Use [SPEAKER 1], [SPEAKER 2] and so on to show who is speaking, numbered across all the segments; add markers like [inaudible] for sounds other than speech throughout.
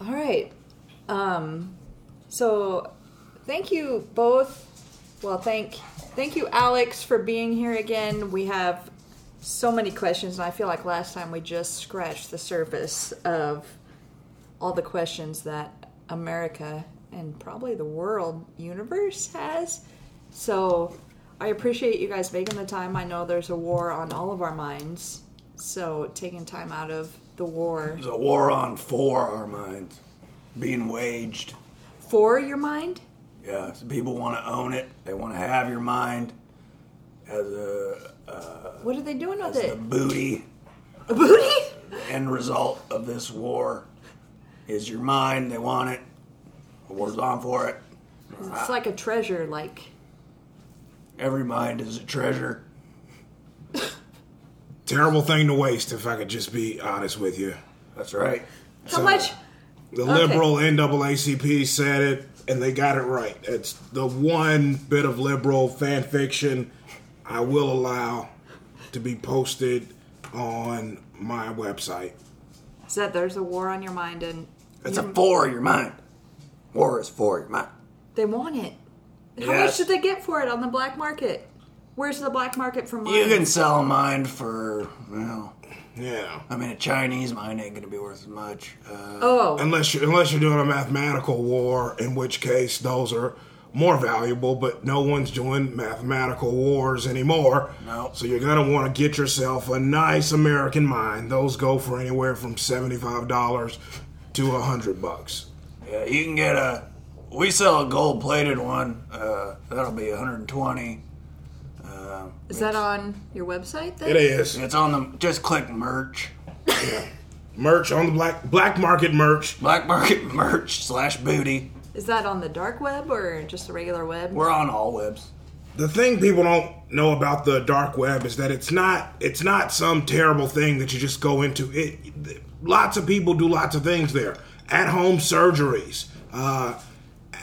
[SPEAKER 1] right. Um, so thank you both. Well, thank thank you, Alex, for being here again. We have so many questions, and I feel like last time we just scratched the surface of all the questions that America and probably the world universe has. So I appreciate you guys making the time. I know there's a war on all of our minds, so taking time out of the war
[SPEAKER 2] There's a war on for our minds being waged.
[SPEAKER 1] for your mind.
[SPEAKER 2] Yeah, so people want to own it. They want to have your mind as a,
[SPEAKER 1] What are they doing with
[SPEAKER 2] the
[SPEAKER 1] it?
[SPEAKER 2] booty.
[SPEAKER 1] A booty?
[SPEAKER 2] The end result of this war is your mind. They want it. The war's on for it.
[SPEAKER 1] It's like a treasure. Like
[SPEAKER 2] Every mind is a treasure.
[SPEAKER 3] Terrible thing to waste, if I could just be honest with you.
[SPEAKER 2] That's right.
[SPEAKER 1] how much?
[SPEAKER 3] The
[SPEAKER 1] Okay.
[SPEAKER 3] liberal NAACP said it, and they got it right. It's the one bit of liberal fan fiction I will allow to be posted on my website.
[SPEAKER 1] Is that there's a war on your mind and
[SPEAKER 2] It's a for your mind. War is for your mind.
[SPEAKER 1] they want it? How much
[SPEAKER 2] Yes.
[SPEAKER 1] did they get for it on the black market? Where's the black market for mine?
[SPEAKER 2] You can sell a mind for, well,
[SPEAKER 3] Yeah.
[SPEAKER 2] I mean, a Chinese mind ain't going to be worth as much. Uh,
[SPEAKER 1] oh,
[SPEAKER 3] Unless you're, unless you're doing a mathematical war, in which case those are more valuable, but no one's doing mathematical wars anymore.
[SPEAKER 2] No.
[SPEAKER 3] So you're going to want to get yourself a nice American mind. Those go for anywhere from $75 to 100 bucks.
[SPEAKER 2] Yeah, Uh, you can get a. We sell a gold plated one. Uh, that'll be 120. Uh,
[SPEAKER 1] is that on your website? Then?
[SPEAKER 3] It is.
[SPEAKER 2] it's on the. Just click merch.
[SPEAKER 3] Merch on the black black market merch.
[SPEAKER 2] Black market [laughs] merch slash booty.
[SPEAKER 1] Is that on the dark web or just the regular web?
[SPEAKER 2] We're on all webs.
[SPEAKER 3] The thing people don't know about the dark web is that it's not it's not some terrible thing that you just go into. It lots of people do lots of things there. At home surgeries, uh,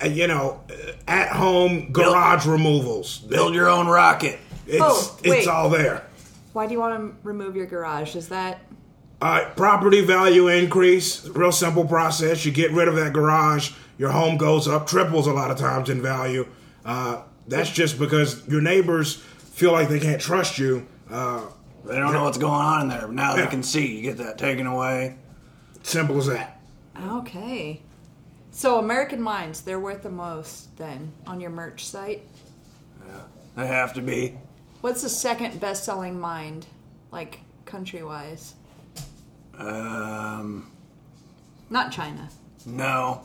[SPEAKER 3] you know, at home garage removals.
[SPEAKER 2] Build your own rocket.
[SPEAKER 3] It's
[SPEAKER 1] Oh, wait.
[SPEAKER 3] it's all there.
[SPEAKER 1] Why do you want to remove your garage? Is that
[SPEAKER 3] Uh, property value increase, real simple process. You get rid of that garage, your home goes up, triples a lot of times in value. Uh, that's just because your neighbors feel like they can't trust you. Uh,
[SPEAKER 2] They don't know what's going on in there, but now they
[SPEAKER 3] Yeah.
[SPEAKER 2] can see. You get that taken away.
[SPEAKER 3] simple as that.
[SPEAKER 1] okay? So American Minds, they're worth the most then on your merch site.
[SPEAKER 2] They have to be.
[SPEAKER 1] What's the second best-selling mind, like country-wise?
[SPEAKER 2] Um,
[SPEAKER 1] Not China.
[SPEAKER 2] no.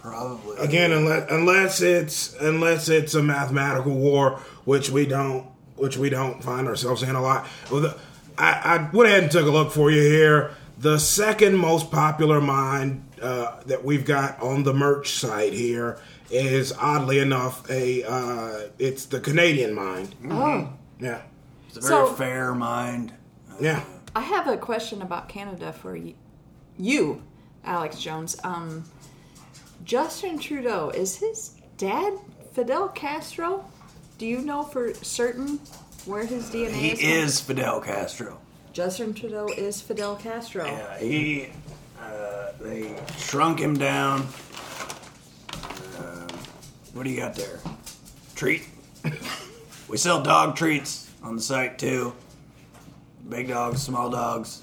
[SPEAKER 2] Probably.
[SPEAKER 3] Again, unless unless it's unless it's a mathematical war, which we don't which we don't find ourselves in a lot. Well, the, I, I went ahead and took a look for you here. The second most popular mind uh, that we've got on the merch site here is oddly enough a uh, it's the Canadian mind.
[SPEAKER 2] Mm-hmm.
[SPEAKER 1] Oh,
[SPEAKER 3] Yeah,
[SPEAKER 2] It's a very
[SPEAKER 1] So-
[SPEAKER 2] fair mind.
[SPEAKER 3] yeah.
[SPEAKER 1] I have a question about Canada for y- you, Alex Jones. Um, Justin Trudeau is his dad Fidel Castro? Do you know for certain where his DNA
[SPEAKER 2] He
[SPEAKER 1] is? from?
[SPEAKER 2] is Fidel Castro.
[SPEAKER 1] Justin Trudeau is Fidel Castro.
[SPEAKER 2] Yeah, he. Uh, they shrunk him down. Um what do you got there? Treat. [laughs] we sell dog treats on the site too. Big dogs, small dogs.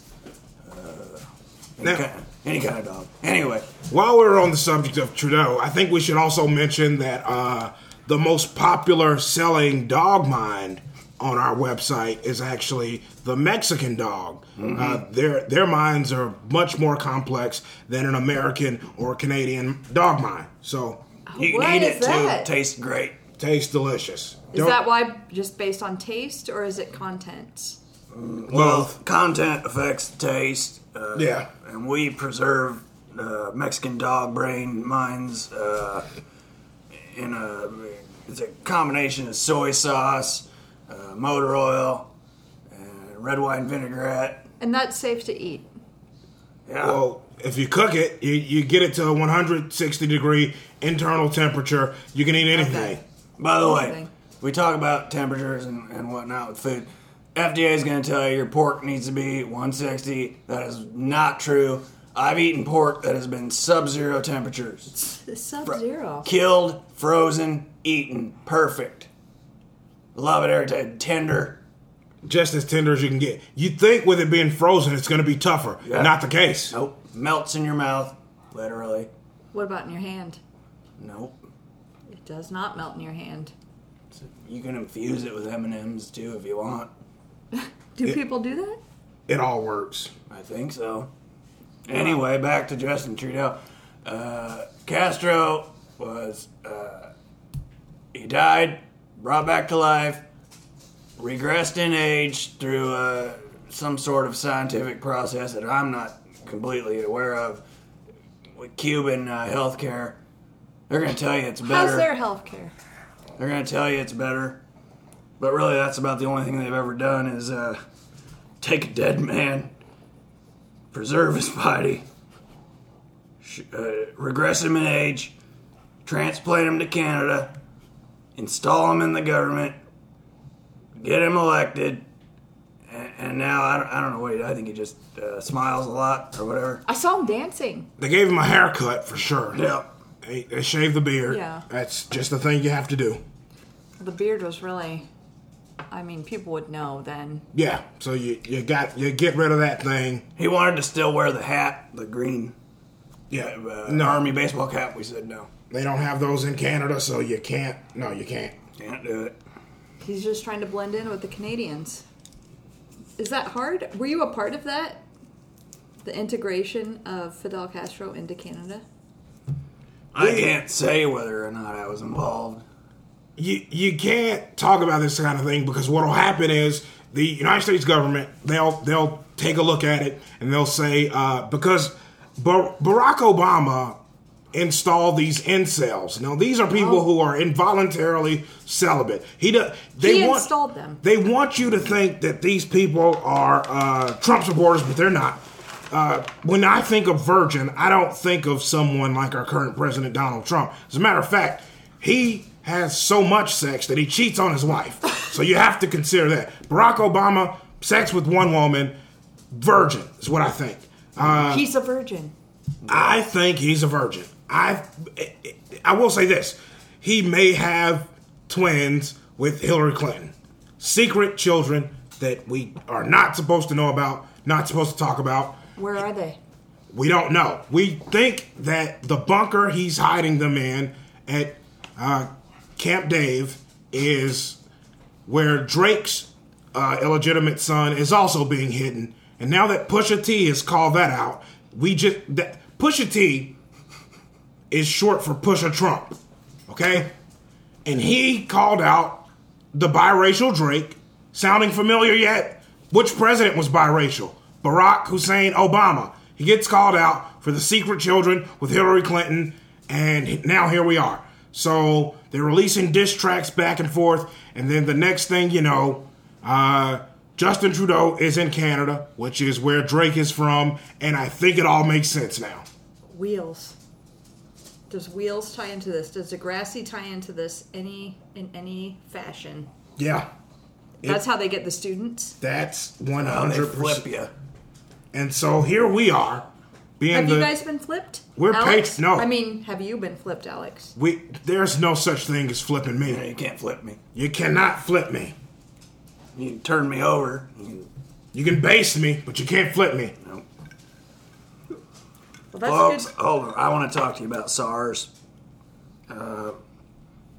[SPEAKER 2] Uh, any,
[SPEAKER 3] Now-
[SPEAKER 2] kind, any kind of dog. Anyway,
[SPEAKER 3] While we're on the subject of Trudeau, I think we should also mention that uh, the most popular selling dog mind on our website is actually the Mexican dog. Uh, their their minds are much more complex than an American or Canadian dog mind. So
[SPEAKER 2] you can
[SPEAKER 1] What
[SPEAKER 2] eat
[SPEAKER 1] is
[SPEAKER 2] it
[SPEAKER 1] that?
[SPEAKER 2] too. Tastes great.
[SPEAKER 3] tastes delicious.
[SPEAKER 1] Is that why just based on taste or is it content?
[SPEAKER 2] Well, content affects taste. Uh,
[SPEAKER 3] Yeah.
[SPEAKER 2] And we preserve uh, Mexican dog brain minds uh, in a it's a combination of soy sauce, uh, motor oil, and red wine vinaigrette.
[SPEAKER 1] And that's safe to eat.
[SPEAKER 2] Yeah.
[SPEAKER 3] Well, if you cook it, you, you get it to 160 degree internal temperature. You can eat anything.
[SPEAKER 1] Okay.
[SPEAKER 2] By the way,
[SPEAKER 1] Amazing.
[SPEAKER 2] we talk about temperatures and, and whatnot with food. FDA is going to tell you your pork needs to be 160. That is not true. I've eaten pork that has been sub-zero temperatures,
[SPEAKER 1] Sub zero.
[SPEAKER 2] killed, frozen, eaten, perfect. Love it every time, tender.
[SPEAKER 3] Just as tender as you can get. You think with it being frozen, it's going to be tougher.
[SPEAKER 2] Yeah.
[SPEAKER 3] Not the case.
[SPEAKER 2] Nope, melts in your mouth, literally.
[SPEAKER 1] What about in your hand?
[SPEAKER 2] Nope.
[SPEAKER 1] It does not melt in your hand.
[SPEAKER 2] You can infuse it with M and M's too if you want.
[SPEAKER 1] Do people do that?
[SPEAKER 3] It all works.
[SPEAKER 2] I think so. Anyway, back to Justin Trudeau. Uh, Castro was uh, he died, brought back to life, regressed in age through uh, some sort of scientific process that I'm not completely aware of. With Cuban uh, healthcare, they're gonna tell you it's better.
[SPEAKER 1] How's their health care?
[SPEAKER 2] They're gonna tell you it's better, but really, that's about the only thing they've ever done is uh, take a dead man, preserve his body, sh- uh, regress him in age, transplant him to Canada, install him in the government, get him elected, and, and now I don't, I don't know what he, I think he just uh, smiles a lot or whatever.
[SPEAKER 1] I saw him dancing.
[SPEAKER 3] They gave him a haircut for sure.
[SPEAKER 2] Yeah,
[SPEAKER 3] They, they shaved the beard.
[SPEAKER 1] Yeah.
[SPEAKER 3] That's just the thing you have to do.
[SPEAKER 1] The beard was really. I mean, people would know then.
[SPEAKER 3] Yeah. So you, you got you get rid of that thing.
[SPEAKER 2] he wanted to still wear the hat, the green
[SPEAKER 3] Yeah.
[SPEAKER 2] uh,
[SPEAKER 3] no,
[SPEAKER 2] army baseball cap. We said no,
[SPEAKER 3] they don't have those in Canada, so you can't. No, you can't.
[SPEAKER 2] can't do it.
[SPEAKER 1] He's just trying to blend in with the Canadians. Is that hard? Were you a part of that? The integration of Fidel Castro into Canada?
[SPEAKER 2] I can't say whether or not I was involved.
[SPEAKER 3] you you can't talk about this kind of thing because what'll happen is the United States government they'll they'll take a look at it and they'll say uh, because Bar- Barack Obama installed these incels. Now these are people
[SPEAKER 1] Oh.
[SPEAKER 3] who are involuntarily celibate. He does. They
[SPEAKER 1] He
[SPEAKER 3] want,
[SPEAKER 1] installed them.
[SPEAKER 3] They want you to think that these people are uh, Trump supporters, but they're not. Uh, when I think of virgin, I don't think of someone like our current president, Donald Trump. As a matter of fact, he has so much sex that he cheats on his wife. so you have to consider that. Barack Obama, sex with one woman, virgin is what I think. uh,
[SPEAKER 1] He's a virgin.
[SPEAKER 3] I think he's a virgin. I I will say this: he may have twins with Hillary Clinton, secret children that we are not supposed to know about, not supposed to talk about.
[SPEAKER 1] Where are they?
[SPEAKER 3] We don't know. We think that the bunker he's hiding them in at uh, Camp Dave is where Drake's uh, illegitimate son is also being hidden. And now that Pusha T has called that out, we just that Pusha T is short for Pusha Trump, okay? And he called out the biracial Drake. Sounding familiar yet? Which president was biracial? Barack Hussein Obama. He gets called out for the secret children with Hillary Clinton, and now here we are. So they're releasing diss tracks back and forth, and then the next thing you know, uh, Justin Trudeau is in Canada, which is where Drake is from, and I think it all makes sense now.
[SPEAKER 1] Wheels. Does wheels tie into this? Does Degrassi tie into this any in any fashion?
[SPEAKER 3] Yeah,
[SPEAKER 1] That's how they get the students.
[SPEAKER 3] that's one
[SPEAKER 2] Oh, they
[SPEAKER 3] hundred
[SPEAKER 2] flip
[SPEAKER 3] percent.
[SPEAKER 2] you.
[SPEAKER 3] And so here we are, being
[SPEAKER 1] Have
[SPEAKER 3] the
[SPEAKER 1] you guys been flipped?
[SPEAKER 3] We're
[SPEAKER 1] Alex?
[SPEAKER 3] paid- no.
[SPEAKER 1] I mean, have you been flipped, Alex?
[SPEAKER 3] we. There's no such thing as flipping me.
[SPEAKER 2] Yeah, You can't flip me.
[SPEAKER 3] You cannot flip me.
[SPEAKER 2] You can turn me over. You
[SPEAKER 3] You can base me, but you can't flip me.
[SPEAKER 2] can, no.
[SPEAKER 1] Well, that's
[SPEAKER 2] Folks,
[SPEAKER 1] good.
[SPEAKER 2] hold on. I want to talk to you about SARS. Uh,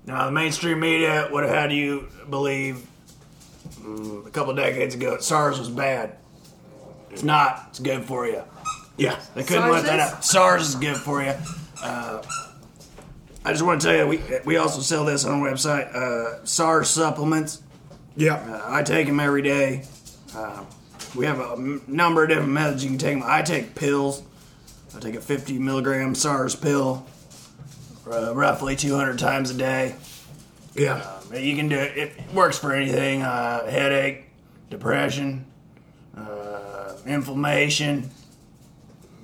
[SPEAKER 2] now, the mainstream media would have had you believe mm, a couple decades ago that SARS was bad. It's not. It's good for you.
[SPEAKER 3] Yeah.
[SPEAKER 2] They couldn't
[SPEAKER 1] SARS
[SPEAKER 2] let that
[SPEAKER 1] is?
[SPEAKER 2] up. SARS is good for you. Uh, I just want to tell you, we, we also sell this on our website uh, SARS supplements.
[SPEAKER 3] Yeah.
[SPEAKER 2] I take them every day. Uh, we have a m- number of different methods you can take them. I take pills. I take a 50 milligram SARS pill, uh, roughly 200 times a day.
[SPEAKER 3] Yeah.
[SPEAKER 2] But you can do it. It works for anything: uh, headache, depression, uh, inflammation.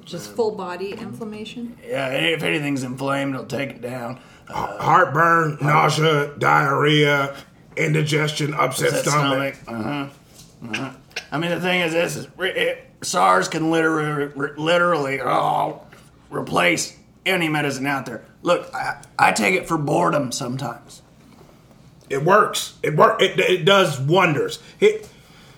[SPEAKER 1] Just full body inflammation.
[SPEAKER 2] Yeah, if anything's inflamed, it'll take it down. Uh,
[SPEAKER 3] Heartburn, nausea, diarrhea, indigestion, upset
[SPEAKER 2] that
[SPEAKER 3] stomach.
[SPEAKER 2] uh-huh, stomach. Uh huh. Uh huh. I mean, the thing is, this is re- it, SARS can literally, literally oh, replace any medicine out there. Look, I, I take it for boredom sometimes.
[SPEAKER 3] It works. It work. It, it does wonders. It,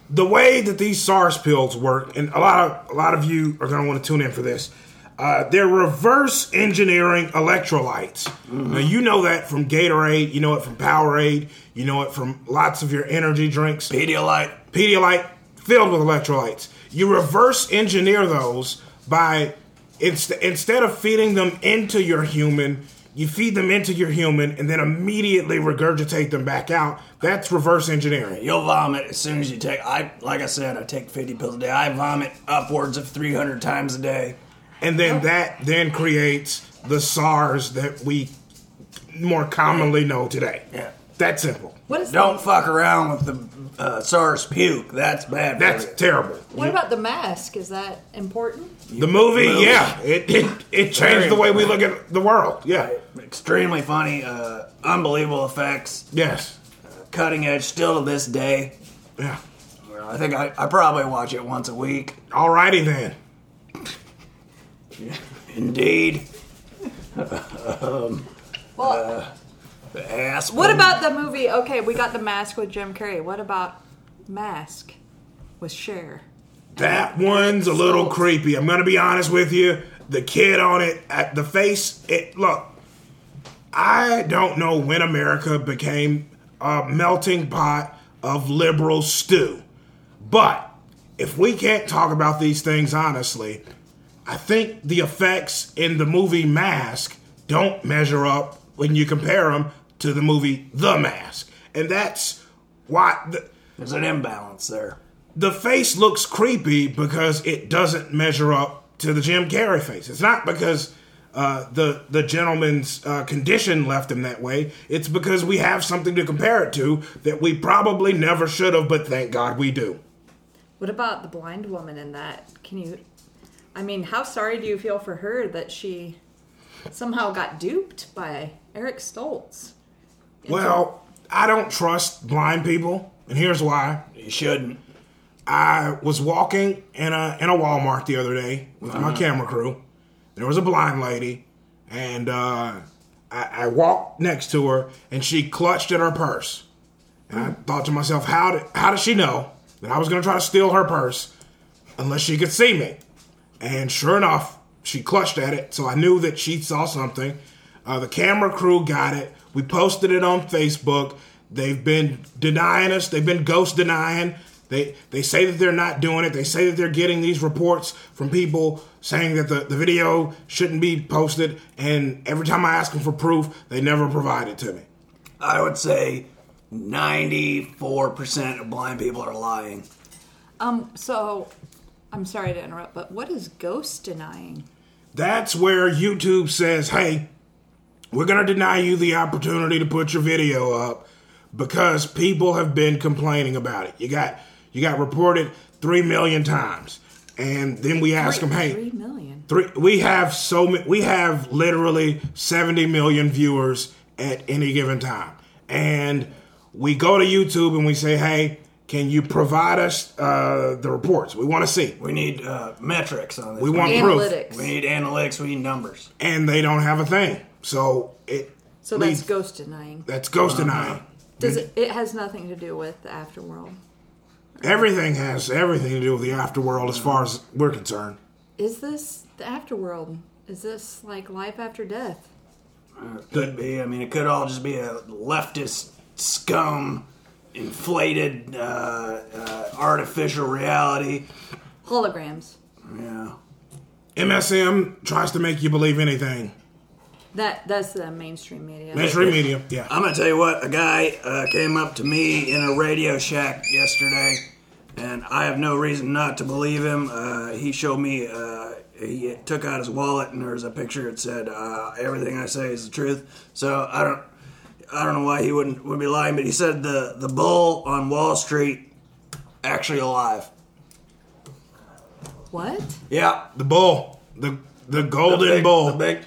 [SPEAKER 3] the way that these SARS pills work, and a lot of a lot of you are going to want to tune in for this. Uh, they're reverse engineering electrolytes. Now you know that from Gatorade. You know it from Powerade. You know it from lots of your energy drinks.
[SPEAKER 2] Pedialyte,
[SPEAKER 3] Pedialyte filled with electrolytes. You reverse engineer those by inst- instead of feeding them into your human, you feed them into your human and then immediately regurgitate them back out. That's reverse engineering.
[SPEAKER 2] you'll vomit as soon as you take. I like I said, I take 50 pills a day. I vomit upwards of 300 times a day.
[SPEAKER 3] And
[SPEAKER 2] Oh.
[SPEAKER 3] then that then creates the SARS that we more commonly know today.
[SPEAKER 2] Yeah.
[SPEAKER 3] That simple.
[SPEAKER 1] What is
[SPEAKER 2] Don't
[SPEAKER 1] The,
[SPEAKER 2] fuck around with the uh, SARS puke. That's bad. for
[SPEAKER 3] That's
[SPEAKER 2] you.
[SPEAKER 3] terrible.
[SPEAKER 1] what about the mask? Is that important?
[SPEAKER 3] The movie,
[SPEAKER 2] Movie.
[SPEAKER 3] yeah, it, it, it changed the way we look at the world. Yeah.
[SPEAKER 2] extremely funny, uh, unbelievable effects,
[SPEAKER 3] Yes.
[SPEAKER 2] cutting edge still to this day.
[SPEAKER 3] Yeah.
[SPEAKER 2] I think I, I probably watch it once a week.
[SPEAKER 3] Alrighty then.
[SPEAKER 2] Indeed.
[SPEAKER 3] Uh,
[SPEAKER 1] Well,
[SPEAKER 2] The ass.
[SPEAKER 1] what about the movie? Okay, we got the mask with Jim Carrey. What about Mask with Cher?
[SPEAKER 3] That one's a little creepy. I'm gonna be honest with you. The kid on it, at the face, it look. I don't know when America became a melting pot of liberal stew, but if we can't talk about these things honestly, I think the effects in the movie Mask don't measure up when you compare them to the movie The Mask, and that's why. The,
[SPEAKER 2] There's an imbalance there.
[SPEAKER 3] the face looks creepy because it doesn't measure up to the Jim Carrey face. It's not because uh, the the gentleman's uh, condition left him that way. It's because we have something to compare it to that we probably never should have, but thank God we do.
[SPEAKER 1] What about the blind woman in that? Can you? I mean, how sorry do you feel for her that she somehow got duped by Eric Stoltz?
[SPEAKER 3] Well, I don't trust blind people, and here's why.
[SPEAKER 2] You shouldn't.
[SPEAKER 3] I was walking in a in a Walmart the other day with my camera crew. There was a blind lady, and uh, I, I walked next to her, and she clutched at her purse. And I thought to myself, how did how does she know that I was going to try to steal her purse unless she could see me? And sure enough, she clutched at it, so I knew that she saw something. Uh, the camera crew got it. We posted it on Facebook. They've been denying us. They've been ghost denying. They they say that they're not doing it. They say that they're getting these reports from people saying that the, the video shouldn't be posted. And every time I ask them for proof, they never provide it to me.
[SPEAKER 2] I would say 94% of blind people are lying.
[SPEAKER 1] Um. So, I'm sorry to interrupt, but what is ghost denying?
[SPEAKER 3] That's where YouTube says, hey, we're going to deny you the opportunity to put your video up because people have been complaining about it. You got you got reported 3 million times. And then we ask them, hey,
[SPEAKER 1] three million.
[SPEAKER 3] three we have so many we have literally 70 million viewers at any given time and we go to youtube and we say hey can you provide us uh, the reports we want to see
[SPEAKER 2] We need uh, metrics on this.
[SPEAKER 3] we want
[SPEAKER 1] Analytics.
[SPEAKER 3] proof
[SPEAKER 2] We need analytics. We need numbers.
[SPEAKER 3] and they don't have a thing so it
[SPEAKER 1] So that's
[SPEAKER 3] leads-
[SPEAKER 1] ghost denying.
[SPEAKER 3] that's ghost denying
[SPEAKER 1] Does it? It has nothing to do with the afterworld.
[SPEAKER 3] everything has everything to do with the afterworld as far as we're concerned
[SPEAKER 1] Is this the afterworld? Is this like life after death?
[SPEAKER 2] Could be. I mean, Uh, it could all just be a leftist scum, inflated, uh, uh, artificial reality.
[SPEAKER 1] Holograms.
[SPEAKER 2] Yeah.
[SPEAKER 3] msm tries to make you believe anything
[SPEAKER 1] That that's the mainstream media.
[SPEAKER 3] mainstream media yeah
[SPEAKER 2] I'm gonna tell you what. A guy uh, came up to me in a Radio Shack yesterday, and I have no reason not to believe him. Uh, he showed me. Uh, he took out his wallet, and there was a picture. that said, uh, "Everything I say is the truth." So I don't. I don't know why he wouldn't would be lying, but he said the the bull on Wall Street actually alive.
[SPEAKER 1] What?
[SPEAKER 2] Yeah,
[SPEAKER 3] the bull the the golden
[SPEAKER 2] big-
[SPEAKER 3] bull
[SPEAKER 2] The big,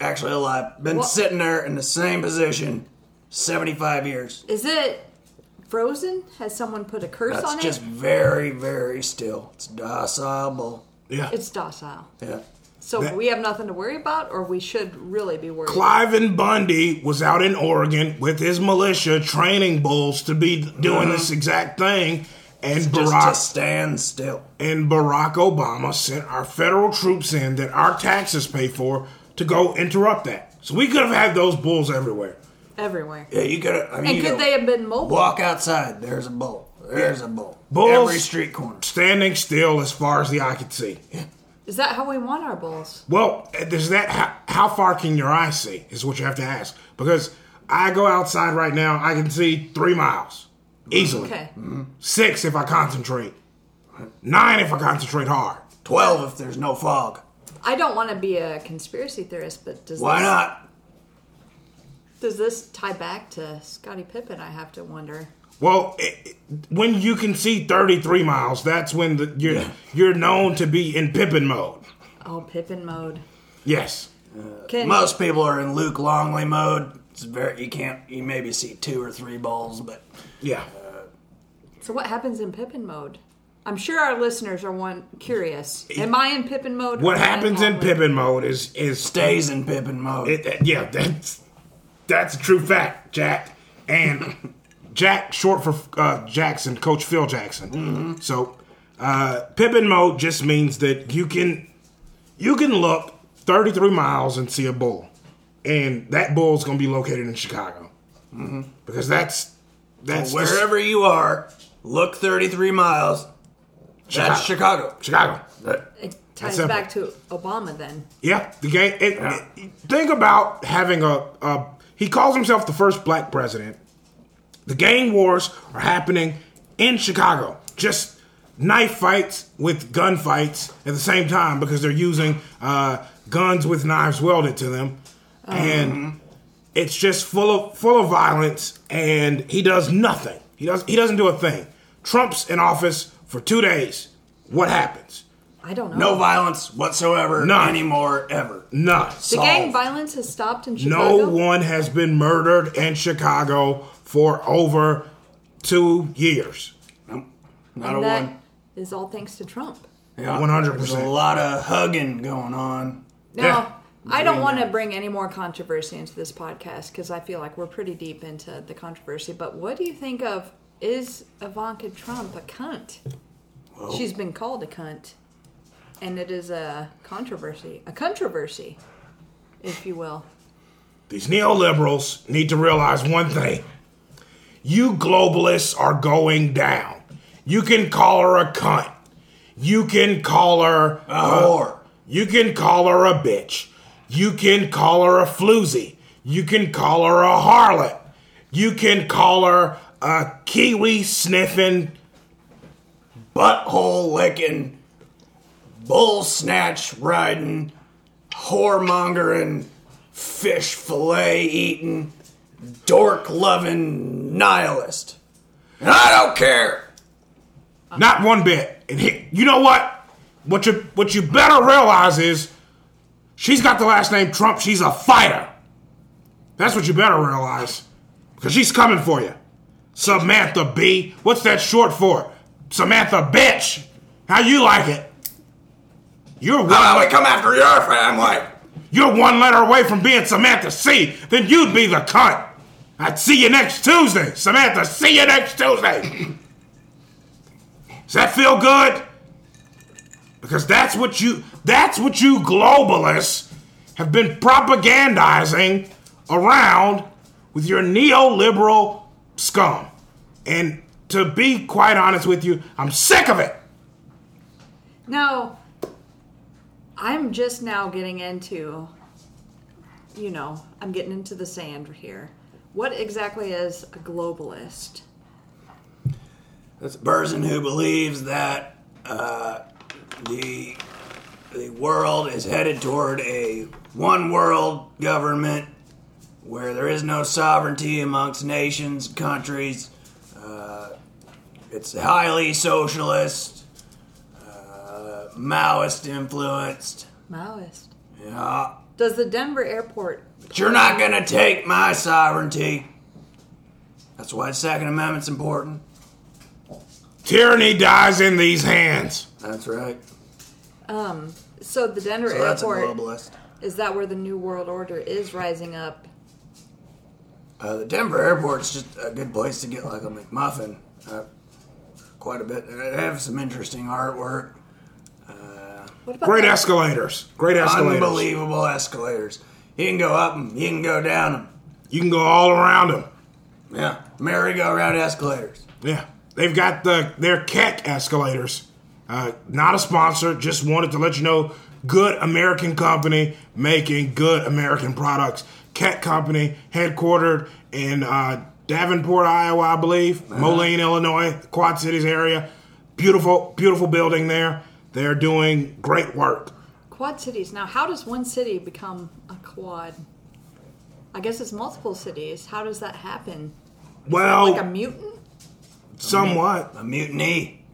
[SPEAKER 2] actually alive. Been
[SPEAKER 1] What?
[SPEAKER 2] sitting there in the same position, seventy five years.
[SPEAKER 1] Is it frozen? Has someone put a curse
[SPEAKER 2] That's
[SPEAKER 1] on
[SPEAKER 2] just
[SPEAKER 1] it?
[SPEAKER 2] very, very still. It's docile.
[SPEAKER 3] Yeah.
[SPEAKER 1] It's docile.
[SPEAKER 2] Yeah.
[SPEAKER 1] So
[SPEAKER 3] That-
[SPEAKER 1] we have nothing to worry about, or we should really be worried.
[SPEAKER 3] Clive and Bundy was out in Oregon with his militia training bulls to be doing this exact thing, and
[SPEAKER 2] Just to
[SPEAKER 3] Barack
[SPEAKER 2] stand still.
[SPEAKER 3] and Barack Obama sent our federal troops in that our taxes pay for to go interrupt that. So we could have had those bulls everywhere.
[SPEAKER 1] everywhere.
[SPEAKER 2] Yeah, you could. I mean,
[SPEAKER 1] And
[SPEAKER 2] you
[SPEAKER 1] could
[SPEAKER 2] could
[SPEAKER 1] they have been mobile?
[SPEAKER 2] walk outside? There's a bull. There's a bull.
[SPEAKER 3] Bulls-
[SPEAKER 2] Every street corner.
[SPEAKER 3] Standing still as far as the eye could see.
[SPEAKER 1] Is that how we want our bulls?
[SPEAKER 3] Well, is that how, how far can your eye see? Is what you have to ask because I go outside right now, I can see three miles easily.
[SPEAKER 1] Okay.
[SPEAKER 3] Six if I concentrate. Nine if I concentrate hard.
[SPEAKER 2] Twelve if there's no fog.
[SPEAKER 1] I don't want to be a conspiracy theorist, but does
[SPEAKER 2] Why
[SPEAKER 1] this,
[SPEAKER 2] not?
[SPEAKER 1] does this tie back to Scottie Pippen? I have to wonder.
[SPEAKER 3] Well, it, it- when you can see 33 miles, that's when the, you're you're known to be in Pippin mode.
[SPEAKER 1] Oh, Pippen mode.
[SPEAKER 3] Yes.
[SPEAKER 1] Can
[SPEAKER 2] Most people are in Luke Longley mode. It's very. You can't. You maybe see two or three bulls, but
[SPEAKER 3] Yeah.
[SPEAKER 1] so what happens in Pippen mode? I'm sure our listeners are one curious. Am I in Pippen mode? or
[SPEAKER 3] What
[SPEAKER 1] am I
[SPEAKER 3] happens in
[SPEAKER 1] Longley?
[SPEAKER 3] Pippin mode is is
[SPEAKER 2] stays in Pippin mode.
[SPEAKER 3] it, it- yeah that's that's a true fact, Jack. And Jack, short for uh, Jackson, Coach Phil Jackson. So uh, Pippin mode just means that you can you can look 33 miles and see a bull, and that bull's gonna be located in Chicago because that's that's the-
[SPEAKER 2] Wherever you are, look 33 miles. That's Chicago.
[SPEAKER 3] Chicago.
[SPEAKER 2] That-
[SPEAKER 1] It ties
[SPEAKER 3] simple.
[SPEAKER 1] back to Obama then.
[SPEAKER 3] Yeah, the game. It, it- think about having a, a. He calls himself the first black president. The gang wars are happening in Chicago. Just knife fights with gun fights at the same time because they're using uh, guns with knives welded to them, and it's just full of full of violence. And he does nothing. He does he doesn't do a thing. Trump's in office for two days. What happens?
[SPEAKER 1] I don't know.
[SPEAKER 2] No violence whatsoever
[SPEAKER 3] None.
[SPEAKER 2] anymore, ever.
[SPEAKER 3] None.
[SPEAKER 1] the gang
[SPEAKER 2] solved.
[SPEAKER 1] violence has stopped in Chicago.
[SPEAKER 3] No one has been murdered in Chicago for over two years.
[SPEAKER 2] Nope. Not
[SPEAKER 1] And
[SPEAKER 2] a
[SPEAKER 1] that
[SPEAKER 2] one.
[SPEAKER 1] is all thanks to Trump.
[SPEAKER 2] Yeah.
[SPEAKER 3] 100%.
[SPEAKER 2] There's a lot of hugging going on.
[SPEAKER 1] Now, I don't want to bring any more controversy into this podcast because I feel like we're pretty deep into the controversy. But what do you think of is Ivanka Trump a cunt? She's been called a cunt, and it is a controversy, a controversy, if you will.
[SPEAKER 3] These neoliberals need to realize one thing you globalists are going down. You can call her a cunt. You can call her
[SPEAKER 2] A whore.
[SPEAKER 3] You can call her a bitch. You can call her a floozy. You can call her a harlot. You can call her a kiwi sniffing
[SPEAKER 2] Butthole licking, bull snatch riding, whoremongering, fish fillet eating, dork loving nihilist. And I don't care.
[SPEAKER 3] Not one bit. And he, you know what? What you what you better realize is she's got the last name Trump. She's a fighter. That's what you better realize. Because she's coming for you. Samantha B. What's that short for? Samantha bitch. How you like it? You're one,
[SPEAKER 2] How about we come after your family?
[SPEAKER 3] you're one letter away from being Samantha C. Then you'd be the cunt. I'd see you next Tuesday. Samantha, see you next Tuesday. Does that feel good? Because that's what you that's what you globalists have been propagandizing around with your neoliberal scum. And to be quite honest with you, I'm sick of it.
[SPEAKER 1] Now, I'm just now getting into, you know, I'm getting into the sand here. What exactly is a globalist?
[SPEAKER 2] That's a person who believes that uh, the the world is headed toward a one world government where there is no sovereignty amongst nations, countries. Uh, it's highly socialist, uh, Maoist influenced.
[SPEAKER 1] Maoist.
[SPEAKER 2] Yeah.
[SPEAKER 1] Does the Denver airport
[SPEAKER 2] But you're not going to take my sovereignty. That's why the Second Amendment's important.
[SPEAKER 3] Tyranny dies in these hands.
[SPEAKER 2] That's right.
[SPEAKER 1] Um, so the Denver
[SPEAKER 2] So that's a
[SPEAKER 1] airport
[SPEAKER 2] globalist.
[SPEAKER 1] is that where the New World Order is rising up?
[SPEAKER 2] Uh, the Denver airport's just a good place to get like a McMuffin. Uh, quite a bit. They have some interesting artwork.
[SPEAKER 1] What about
[SPEAKER 3] Great
[SPEAKER 1] the-
[SPEAKER 3] escalators. Great escalators.
[SPEAKER 2] Unbelievable escalators. You can go up them. You can go down them.
[SPEAKER 3] You can go all around them.
[SPEAKER 2] Yeah, merry-go-round escalators.
[SPEAKER 3] Yeah, they've got the their Keck escalators. Uh, not a sponsor. Just wanted to let you know, good American company making good American products. Keck Company, headquartered in uh, Davenport, Iowa, I believe, Moline, Illinois, Quad Cities area. Beautiful, beautiful building there. They're doing great work.
[SPEAKER 1] quad cities? Now, how does one city become a quad? I guess it's multiple cities. How does that happen?
[SPEAKER 3] Well,
[SPEAKER 1] Like a mutant?
[SPEAKER 3] somewhat.
[SPEAKER 2] A mutiny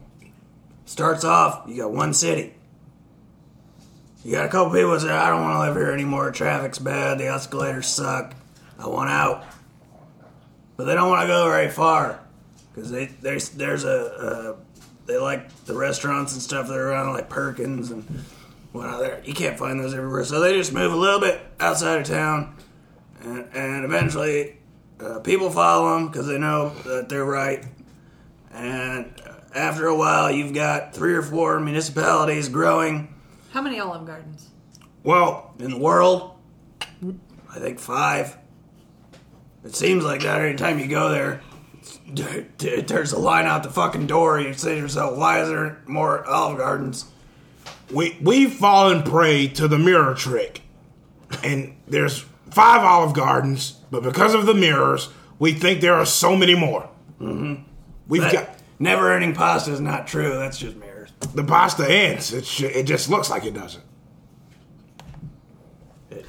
[SPEAKER 2] starts off. You got one city. You got a couple people that say, "I don't want to live here anymore. Traffic's bad. The escalators suck. I want out." But they don't want to go very far because they there's there's a, a they like the restaurants and stuff that are around like Perkins and whatnot. There you can't find those everywhere, so they just move a little bit outside of town, and, and eventually uh, people follow them because they know that they're right. And after a while, you've got three or four municipalities growing
[SPEAKER 1] How many Olive Gardens?
[SPEAKER 3] Well,
[SPEAKER 2] in the world. I think five. It seems like that every time you go there. Dude, dude, There's a line out the fucking door. and You say to yourself, why is there more Olive Gardens?
[SPEAKER 3] we we've fallen prey to the mirror trick, and there's five Olive Gardens, but because of the mirrors, we think there are so many more. Mm-hmm. We've
[SPEAKER 2] That
[SPEAKER 3] got
[SPEAKER 2] never ending pasta is not true. That's just mirrors.
[SPEAKER 3] the pasta ends. It sh- it just looks like it doesn't.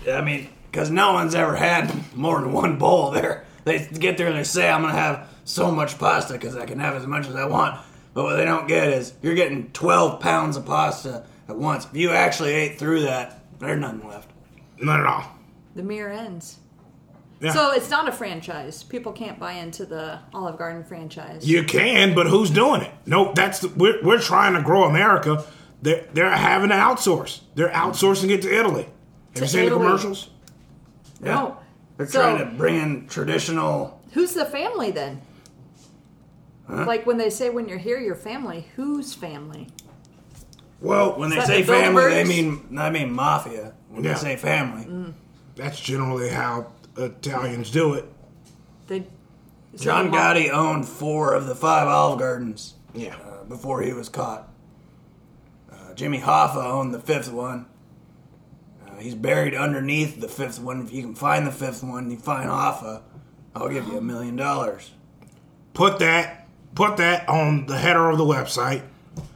[SPEAKER 2] I mean, because no one's ever had more than one bowl there. They get there and they say, I'm going to have so much pasta because I can have as much as I want. But what they don't get is you're getting 12 pounds of pasta at once. If you actually ate through that, there's nothing left.
[SPEAKER 3] Not at all.
[SPEAKER 1] The mere ends.
[SPEAKER 3] Yeah.
[SPEAKER 1] So it's not a franchise. People can't buy into the Olive Garden franchise.
[SPEAKER 3] You can, but who's doing it? No, that's the, we're we're trying to grow America. They're they're having to outsource. They're outsourcing it to Italy. Have
[SPEAKER 1] To
[SPEAKER 3] you seen
[SPEAKER 1] Italy.
[SPEAKER 3] the commercials?
[SPEAKER 1] No.
[SPEAKER 2] They're
[SPEAKER 1] So-
[SPEAKER 2] trying to bring in traditional.
[SPEAKER 1] Who's the family then? Like when they say when you're here, your family. Whose family?
[SPEAKER 3] Well,
[SPEAKER 2] When they
[SPEAKER 1] that
[SPEAKER 2] say
[SPEAKER 1] the
[SPEAKER 2] family, they
[SPEAKER 1] Bilderbergs?
[SPEAKER 2] mean I mean mafia. When
[SPEAKER 3] Yeah.
[SPEAKER 2] they say family,
[SPEAKER 3] that's generally how Italians do it.
[SPEAKER 1] They
[SPEAKER 2] John Gotti owned four of the five Olive Gardens.
[SPEAKER 3] Yeah.
[SPEAKER 2] uh, before he was caught. Uh, Jimmy Hoffa owned the fifth one. Uh, he's buried underneath the fifth one. If you can find the fifth one, you find Hoffa. I'll give you a million dollars.
[SPEAKER 3] put that put that on the header of the website.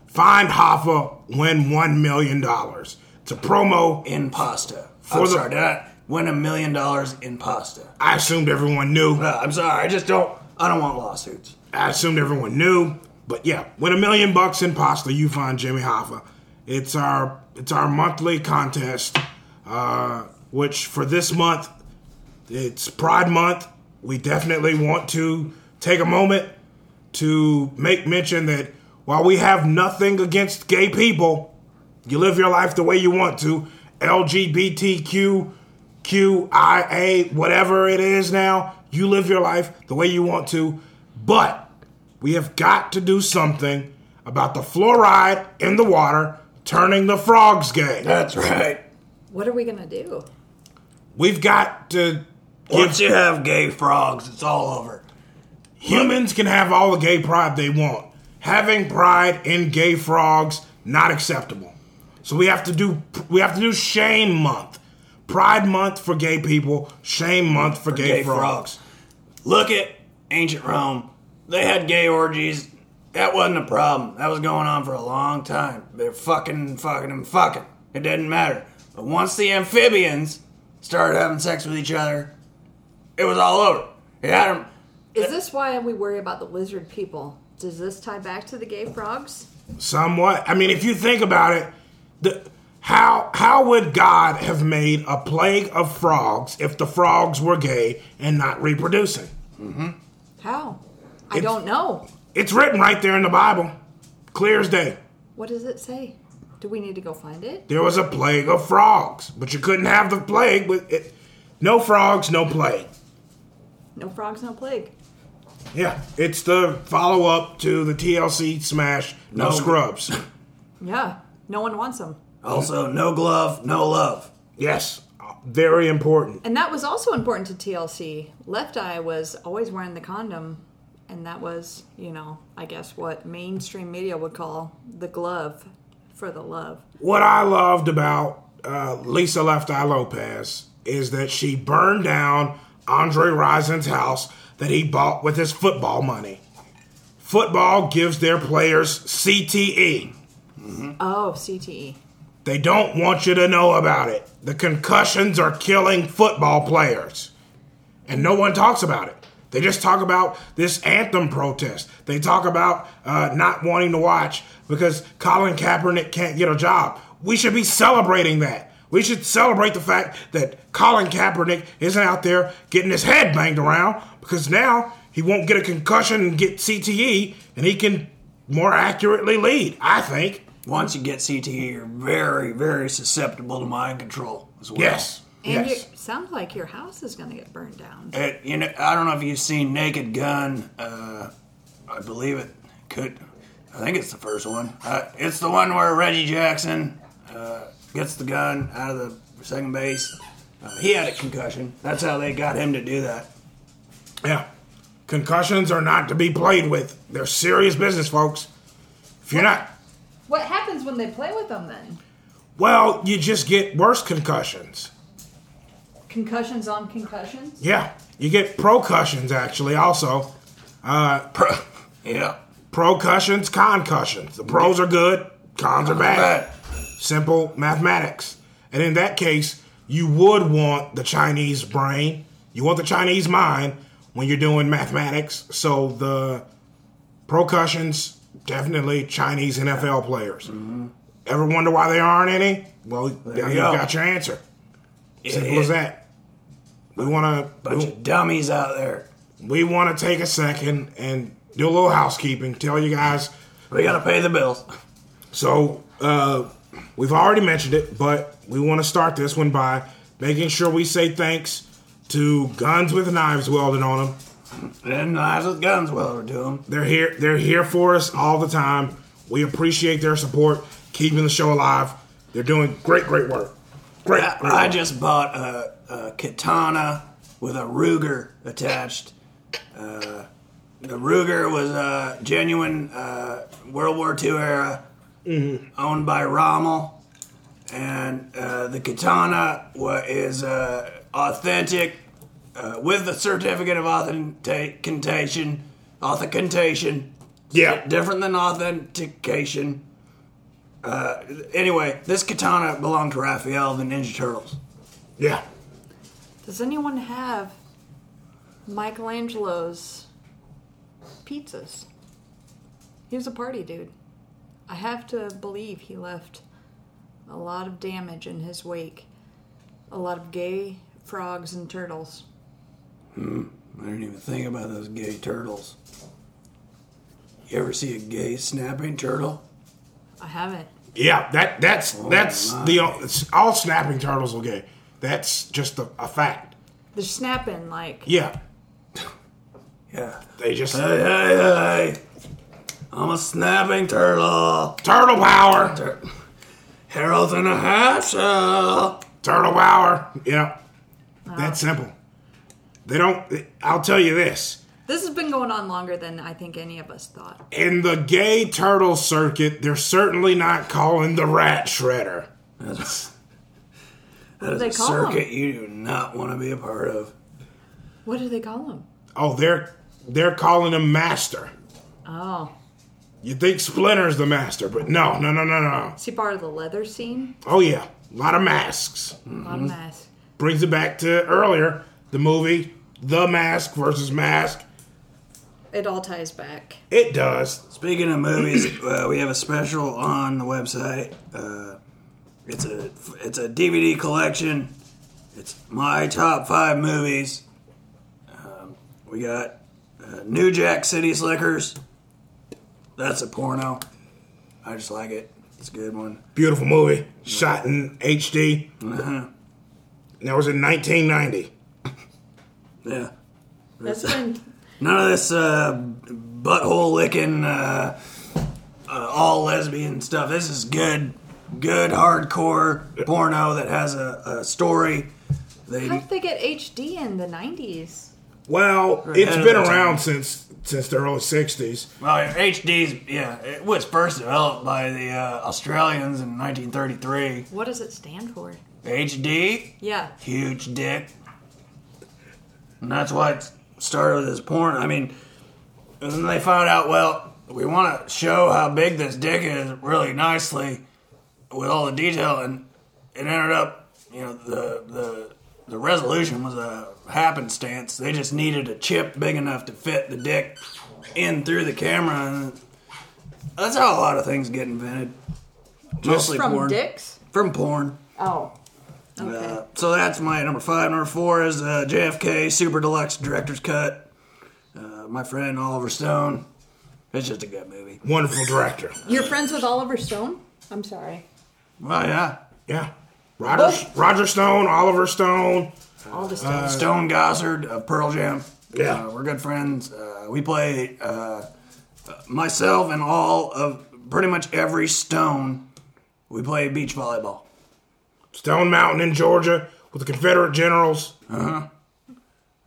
[SPEAKER 3] Find Hoffa, win one million dollars. It's a promo.
[SPEAKER 2] In pasta.
[SPEAKER 3] For
[SPEAKER 2] I'm
[SPEAKER 3] the-
[SPEAKER 2] sorry, did I win a million dollars in pasta?
[SPEAKER 3] I assumed everyone knew.
[SPEAKER 2] Uh, I'm sorry, I just don't. I don't want lawsuits.
[SPEAKER 3] I assumed everyone knew. But yeah, win a million bucks in pasta, you find Jimmy Hoffa. It's our it's our monthly contest, uh, which for this month, it's Pride Month. We definitely want to take a moment to make mention that while we have nothing against gay people, You live your life the way you want to. LGBTQ, QIA, whatever it is now, you live your life the way you want to. But we have got to do something about the fluoride in the water turning the frogs gay.
[SPEAKER 2] That's right.
[SPEAKER 1] What are we gonna do?
[SPEAKER 3] We've got to.
[SPEAKER 2] Once you have gay frogs, it's all over.
[SPEAKER 3] Humans can have all the gay pride they want. Having pride in gay frogs not acceptable. So we have to do we have to do shame month. Pride month for gay people, shame month for, gay,
[SPEAKER 2] gay
[SPEAKER 3] frogs.
[SPEAKER 2] frogs. Look at ancient Rome. They had gay orgies. That wasn't a problem. That was going on for a long time. They're fucking and fucking and fucking. It didn't matter. But once the amphibians started having sex with each other, it was all over. It had 'em-
[SPEAKER 1] Is this why we worry about the lizard people? Does this tie back to the gay frogs?
[SPEAKER 3] Somewhat. I mean, if you think about it, the, how how would God have made a plague of frogs if the frogs were gay and not reproducing?
[SPEAKER 1] How? I
[SPEAKER 3] It's-
[SPEAKER 1] don't know.
[SPEAKER 3] It's written right there in the Bible, clear as day.
[SPEAKER 1] What does it say? Do we need to go find it?
[SPEAKER 3] There was a plague of frogs, but you couldn't have the plague with it. No frogs, no plague.
[SPEAKER 1] No frogs, no plague.
[SPEAKER 3] Yeah, it's the follow up to the TLC smash, No,
[SPEAKER 2] No.
[SPEAKER 3] Scrubs.
[SPEAKER 1] Yeah, no one wants them.
[SPEAKER 2] Also, no glove, no love.
[SPEAKER 3] yes, very important.
[SPEAKER 1] And that was also important to TLC. Left Eye was always wearing the condom, and that was, you know, I guess what mainstream media would call the glove for the love.
[SPEAKER 3] What I loved about uh, Lisa Left Eye Lopez is that she burned down Andre Risen's house that he bought with his football money. Football gives their players E. CTE.
[SPEAKER 1] Oh, CTE.
[SPEAKER 3] They don't want you to know about it. The concussions are killing football players. And no one talks about it. They just talk about this anthem protest. They talk about uh, not wanting to watch because Colin Kaepernick can't get a job. We should be celebrating that. We should celebrate the fact that Colin Kaepernick isn't out there getting his head banged around because now he won't get a concussion and get CTE and he can more accurately lead, I think.
[SPEAKER 2] Once you get CTE, you're very, very susceptible to mind control as well.
[SPEAKER 3] Yes.
[SPEAKER 1] And
[SPEAKER 3] yes.
[SPEAKER 1] it sounds like your house is going to get burned down.
[SPEAKER 2] It, you know, I don't know if you've seen Naked Gun. Uh, I believe it could. I think it's the first one. Uh, it's the one where Reggie Jackson uh, gets the gun out of the second base. Uh, he had a concussion. That's how they got him to do that.
[SPEAKER 3] Yeah. Concussions are not to be played with. They're serious business, folks. If you're not,
[SPEAKER 1] What happens when they play with them then?
[SPEAKER 3] well, you just get worse concussions.
[SPEAKER 1] Concussions on concussions?
[SPEAKER 3] Yeah. You get procussions, actually, also. Uh,
[SPEAKER 2] Pro- yeah.
[SPEAKER 3] procussions, concussions. The pros are good, cons are bad. Simple mathematics. And in that case, you would want the Chinese brain, you want the Chinese mind when you're doing mathematics. So the procussions, definitely Chinese NFL players. Ever wonder why there aren't any? Well, now
[SPEAKER 2] Mm-hmm. you
[SPEAKER 3] you've
[SPEAKER 2] go.
[SPEAKER 3] got your answer. Simple
[SPEAKER 2] Yeah.
[SPEAKER 3] as that. We want
[SPEAKER 2] Bunch
[SPEAKER 3] to
[SPEAKER 2] of dummies out there.
[SPEAKER 3] we want to take a second and do a little housekeeping. Tell you guys
[SPEAKER 2] We gotta pay the bills.
[SPEAKER 3] So uh, we've already mentioned it, but we want to start this one by making sure we say thanks to Guns with Knives welded on them.
[SPEAKER 2] And knives with guns welded to them.
[SPEAKER 3] They're here. They're here for us all the time. We appreciate their support, keeping the show alive. They're doing great, great work. Great.
[SPEAKER 2] I,
[SPEAKER 3] great
[SPEAKER 2] I
[SPEAKER 3] work.
[SPEAKER 2] just bought a, a katana with a Ruger attached. Uh, the Ruger was a genuine uh, World War II era,
[SPEAKER 3] Mm-hmm.
[SPEAKER 2] owned by Rommel, and uh, the katana wa- is uh, authentic uh, with the certificate of authentication. Authentication
[SPEAKER 3] yeah.
[SPEAKER 2] different than authentication. Uh, anyway, this katana belonged to Raphael of the Ninja Turtles.
[SPEAKER 3] Yeah.
[SPEAKER 1] Does anyone have Michelangelo's pizzas? He was a party dude. I have to believe he left a lot of damage in his wake. A lot of gay frogs and turtles.
[SPEAKER 2] I didn't even think about those gay turtles. You ever see a gay snapping turtle?
[SPEAKER 1] I haven't.
[SPEAKER 3] Yeah. That that's that's
[SPEAKER 2] Oh, my.
[SPEAKER 3] the it's all snapping turtles will get. That's just a, a fact.
[SPEAKER 1] They're snapping like
[SPEAKER 3] Yeah.
[SPEAKER 2] Yeah.
[SPEAKER 3] They just
[SPEAKER 2] Hey, hey, hey! I'm a snapping turtle.
[SPEAKER 3] turtle power.
[SPEAKER 2] Tur- Harold's in a half shell.
[SPEAKER 3] Turtle power. Yeah. That simple. They don't. I'll tell you this.
[SPEAKER 1] this has been going on longer than I think any of us thought.
[SPEAKER 3] In the gay turtle circuit, they're certainly not calling the rat shredder.
[SPEAKER 2] That's, that is
[SPEAKER 1] they
[SPEAKER 2] a
[SPEAKER 1] call 'em?
[SPEAKER 2] circuit you do not want to be a part of.
[SPEAKER 1] What do they call them?
[SPEAKER 3] Oh, they're they're calling him master.
[SPEAKER 1] Oh,
[SPEAKER 3] You think Splinter's the master, but no, no, no, no, no.
[SPEAKER 1] is he part of the leather scene?
[SPEAKER 3] Oh yeah, a lot of masks.
[SPEAKER 1] A lot of masks.
[SPEAKER 3] Brings it back to earlier the movie, The Mask versus Mask.
[SPEAKER 1] It all ties back.
[SPEAKER 3] It does.
[SPEAKER 2] Speaking of movies, uh, we have a special on the website. Uh, it's a it's a DVD collection. It's my top five movies. Um, we got Uh, New Jack City Slickers. That's a porno. I just like it. It's a good one. [laughs]
[SPEAKER 3] Beautiful movie, shot in HD. That was in 1990.
[SPEAKER 2] Yeah.
[SPEAKER 1] That's when
[SPEAKER 2] None of this uh, butthole licking, uh, uh, all lesbian stuff. This is good, good hardcore porno that has a, a story. They
[SPEAKER 1] how did they get HD in the '90s?
[SPEAKER 3] Well, it's
[SPEAKER 2] ahead of
[SPEAKER 3] been
[SPEAKER 2] its time.
[SPEAKER 3] around since since the early 60s.
[SPEAKER 2] well, HD's yeah, it was first developed by the uh, Australians in 1933.
[SPEAKER 1] What does it stand for?
[SPEAKER 2] HD,
[SPEAKER 1] Yeah,
[SPEAKER 2] huge dick, and that's why it started with this porn. I mean, and then they found out. Well, we want to show how big this dick is really nicely with all the detail, and it ended up, you know, the the the resolution was a happenstance. They just needed a chip big enough to fit the dick in through the camera. And that's how a lot of things get invented. Mostly
[SPEAKER 1] from
[SPEAKER 2] porn.
[SPEAKER 1] dicks.
[SPEAKER 2] From porn.
[SPEAKER 1] Oh, okay.
[SPEAKER 2] Uh, so that's my number five. Number four is uh, JFK Super Deluxe Director's Cut. Uh, my friend Oliver Stone. It's just a good movie.
[SPEAKER 3] Wonderful director.
[SPEAKER 1] You're friends with Oliver Stone? I'm sorry,
[SPEAKER 2] Well, yeah.
[SPEAKER 3] Yeah. Roger, Roger Stone, Oliver Stone.
[SPEAKER 2] Uh,
[SPEAKER 1] Oliver Stone.
[SPEAKER 2] Stone Gossard of Pearl Jam.
[SPEAKER 3] Yeah.
[SPEAKER 2] Uh, we're good friends. Uh, we play uh, myself and all of pretty much every Stone. We play beach volleyball.
[SPEAKER 3] Stone Mountain in Georgia with the Confederate generals.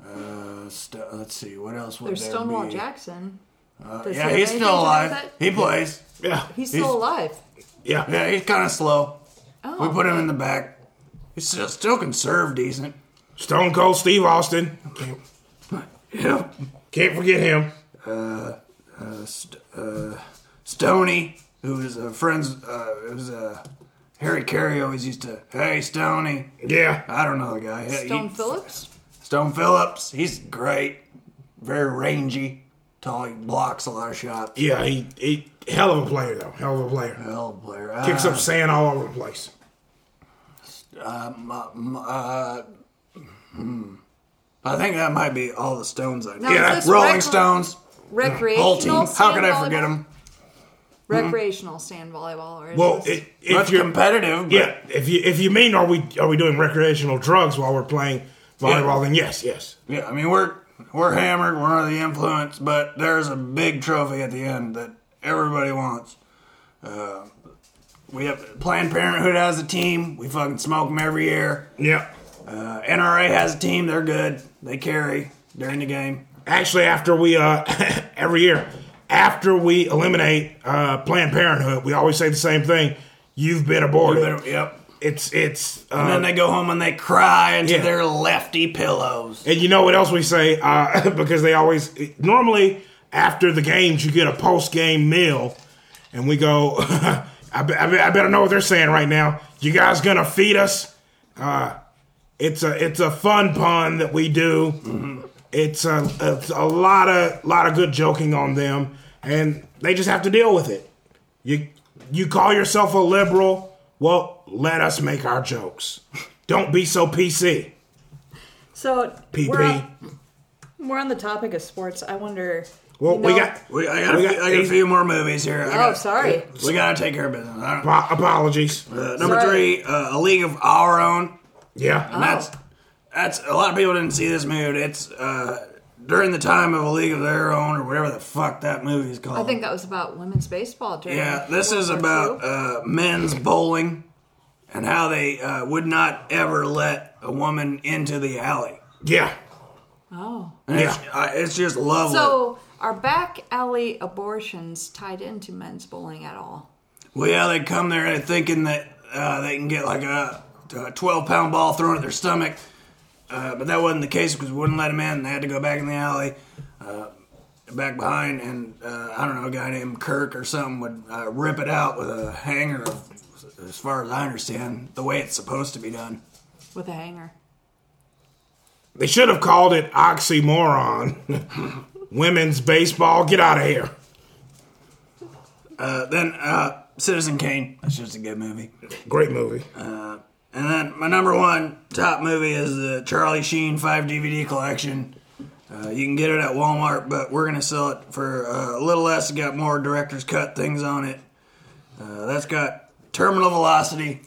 [SPEAKER 2] Uh, Sto- let's see what else would
[SPEAKER 1] There's
[SPEAKER 2] there
[SPEAKER 1] Stonewall
[SPEAKER 2] be? Uh,
[SPEAKER 1] Jackson. Does he
[SPEAKER 2] Yeah,
[SPEAKER 1] have
[SPEAKER 2] he's
[SPEAKER 1] anything to
[SPEAKER 2] still
[SPEAKER 1] do
[SPEAKER 2] alive.
[SPEAKER 1] with it?
[SPEAKER 2] He plays.
[SPEAKER 3] Yeah.
[SPEAKER 1] He's still alive.
[SPEAKER 3] Yeah.
[SPEAKER 2] Yeah, he's kind of slow.
[SPEAKER 1] Oh,
[SPEAKER 2] We put him in the back. He's still, still can serve decent.
[SPEAKER 3] Stone Cold Steve Austin. Can't,
[SPEAKER 2] Yeah.
[SPEAKER 3] can't forget him.
[SPEAKER 2] St- uh, Stony, who is a friend's, uh, it was uh, Harry Carey always used to, hey, Stony.
[SPEAKER 3] Yeah.
[SPEAKER 2] I don't know the guy. He-
[SPEAKER 1] Stone
[SPEAKER 2] he-
[SPEAKER 1] Phillips.
[SPEAKER 2] uh, Stone Phillips. He's great. Very rangy. Tall. He blocks a lot of shots.
[SPEAKER 3] Yeah, he, he hell of a player though. Hell of a player.
[SPEAKER 2] Hell, player. Uh,
[SPEAKER 3] Kicks up sand all over the place.
[SPEAKER 2] Uh, m- m- uh, hmm. I think that might be all the Stones I know.
[SPEAKER 1] Now, is
[SPEAKER 3] Yeah,
[SPEAKER 1] this
[SPEAKER 2] Rolling
[SPEAKER 1] recre-
[SPEAKER 2] Stones.
[SPEAKER 1] Recreational.
[SPEAKER 2] Whole team. How
[SPEAKER 1] sand
[SPEAKER 2] could I forget Hmm.
[SPEAKER 1] volleyball?
[SPEAKER 2] them?
[SPEAKER 1] Recreational sand volleyball, or is
[SPEAKER 3] Well,
[SPEAKER 1] this-
[SPEAKER 3] it,
[SPEAKER 2] Much
[SPEAKER 3] if you're
[SPEAKER 2] competitive. But
[SPEAKER 3] yeah, if you if you mean are we are we doing recreational drugs while we're playing volleyball? Then yes, yes.
[SPEAKER 2] Yeah, I mean we're we're hammered, we're under the influence, but there's a big trophy at the end that everybody wants. Uh, we have Planned Parenthood has a team. We fucking smoke them every year.
[SPEAKER 3] Yeah.
[SPEAKER 2] Uh, NRA has a team. They're good. They carry during the game.
[SPEAKER 3] Actually, after we uh [laughs] every year after we eliminate uh Planned Parenthood, we always say the same thing. You've been aborted.
[SPEAKER 2] But, yep.
[SPEAKER 3] it's it's
[SPEAKER 2] And
[SPEAKER 3] uh,
[SPEAKER 2] then they go home and they cry into
[SPEAKER 3] Yeah.
[SPEAKER 2] their lefty pillows.
[SPEAKER 3] And you know what else we say? Uh, [laughs] because they always normally after the games you get a post game meal, and we go. [laughs] I, be, I, be- I better know what they're saying right now. You guys gonna feed us? Uh, it's a it's a fun pun that we do. It's a it's a lot of lot of good joking on them, and they just have to deal with it. You you call yourself a liberal? Well, let us make our jokes. Don't be so PC.
[SPEAKER 1] so
[SPEAKER 3] PP.
[SPEAKER 1] We're on, we're on the topic of sports. I wonder.
[SPEAKER 3] Well,
[SPEAKER 1] you
[SPEAKER 3] we
[SPEAKER 1] know-
[SPEAKER 3] got
[SPEAKER 2] We, I, got a
[SPEAKER 3] We
[SPEAKER 2] few-
[SPEAKER 3] got
[SPEAKER 2] I got a
[SPEAKER 3] eight-
[SPEAKER 2] few more movies here. I
[SPEAKER 1] Oh,
[SPEAKER 2] got-
[SPEAKER 1] sorry.
[SPEAKER 2] We gotta take care of business. I don't-
[SPEAKER 3] Apo- apologies.
[SPEAKER 2] Uh, number
[SPEAKER 1] Sorry.
[SPEAKER 2] three, uh, A League of Our Own.
[SPEAKER 3] Yeah.
[SPEAKER 2] And
[SPEAKER 1] Oh.
[SPEAKER 2] that's that's a lot of people didn't see this movie. It's uh, during the time of a league of their own or whatever the fuck that movie is called.
[SPEAKER 1] I think that was about women's baseball. During
[SPEAKER 2] yeah, this
[SPEAKER 1] World
[SPEAKER 2] is
[SPEAKER 1] War
[SPEAKER 2] about
[SPEAKER 1] II.
[SPEAKER 2] uh, men's bowling and how they uh, would not ever let a woman into the alley.
[SPEAKER 3] Yeah.
[SPEAKER 1] oh,
[SPEAKER 2] And it's, uh, it's just lovely.
[SPEAKER 1] so are back alley abortions tied into men's bowling at all?
[SPEAKER 2] well, yeah, they come there thinking that uh, they can get like a, a twelve pound ball thrown at their stomach. Uh, but that wasn't the case because we wouldn't let him in. They had to go back in the alley, uh, back behind, and uh, I don't know, a guy named Kirk or something would uh, rip it out with a hanger, of, as far as I understand, the way it's supposed to be done.
[SPEAKER 1] With a hanger.
[SPEAKER 3] They should have called it oxymoron. [laughs] Women's baseball. Get out of here.
[SPEAKER 2] Uh, then uh, Citizen Kane, that's just a good movie.
[SPEAKER 3] Great movie.
[SPEAKER 2] And then my number one top movie is the Charlie Sheen 5 DVD collection. Uh, you can get it at Walmart, but we're gonna sell it for uh, a little less. It's got more director's cut things on it. Uh, that's got Terminal Velocity,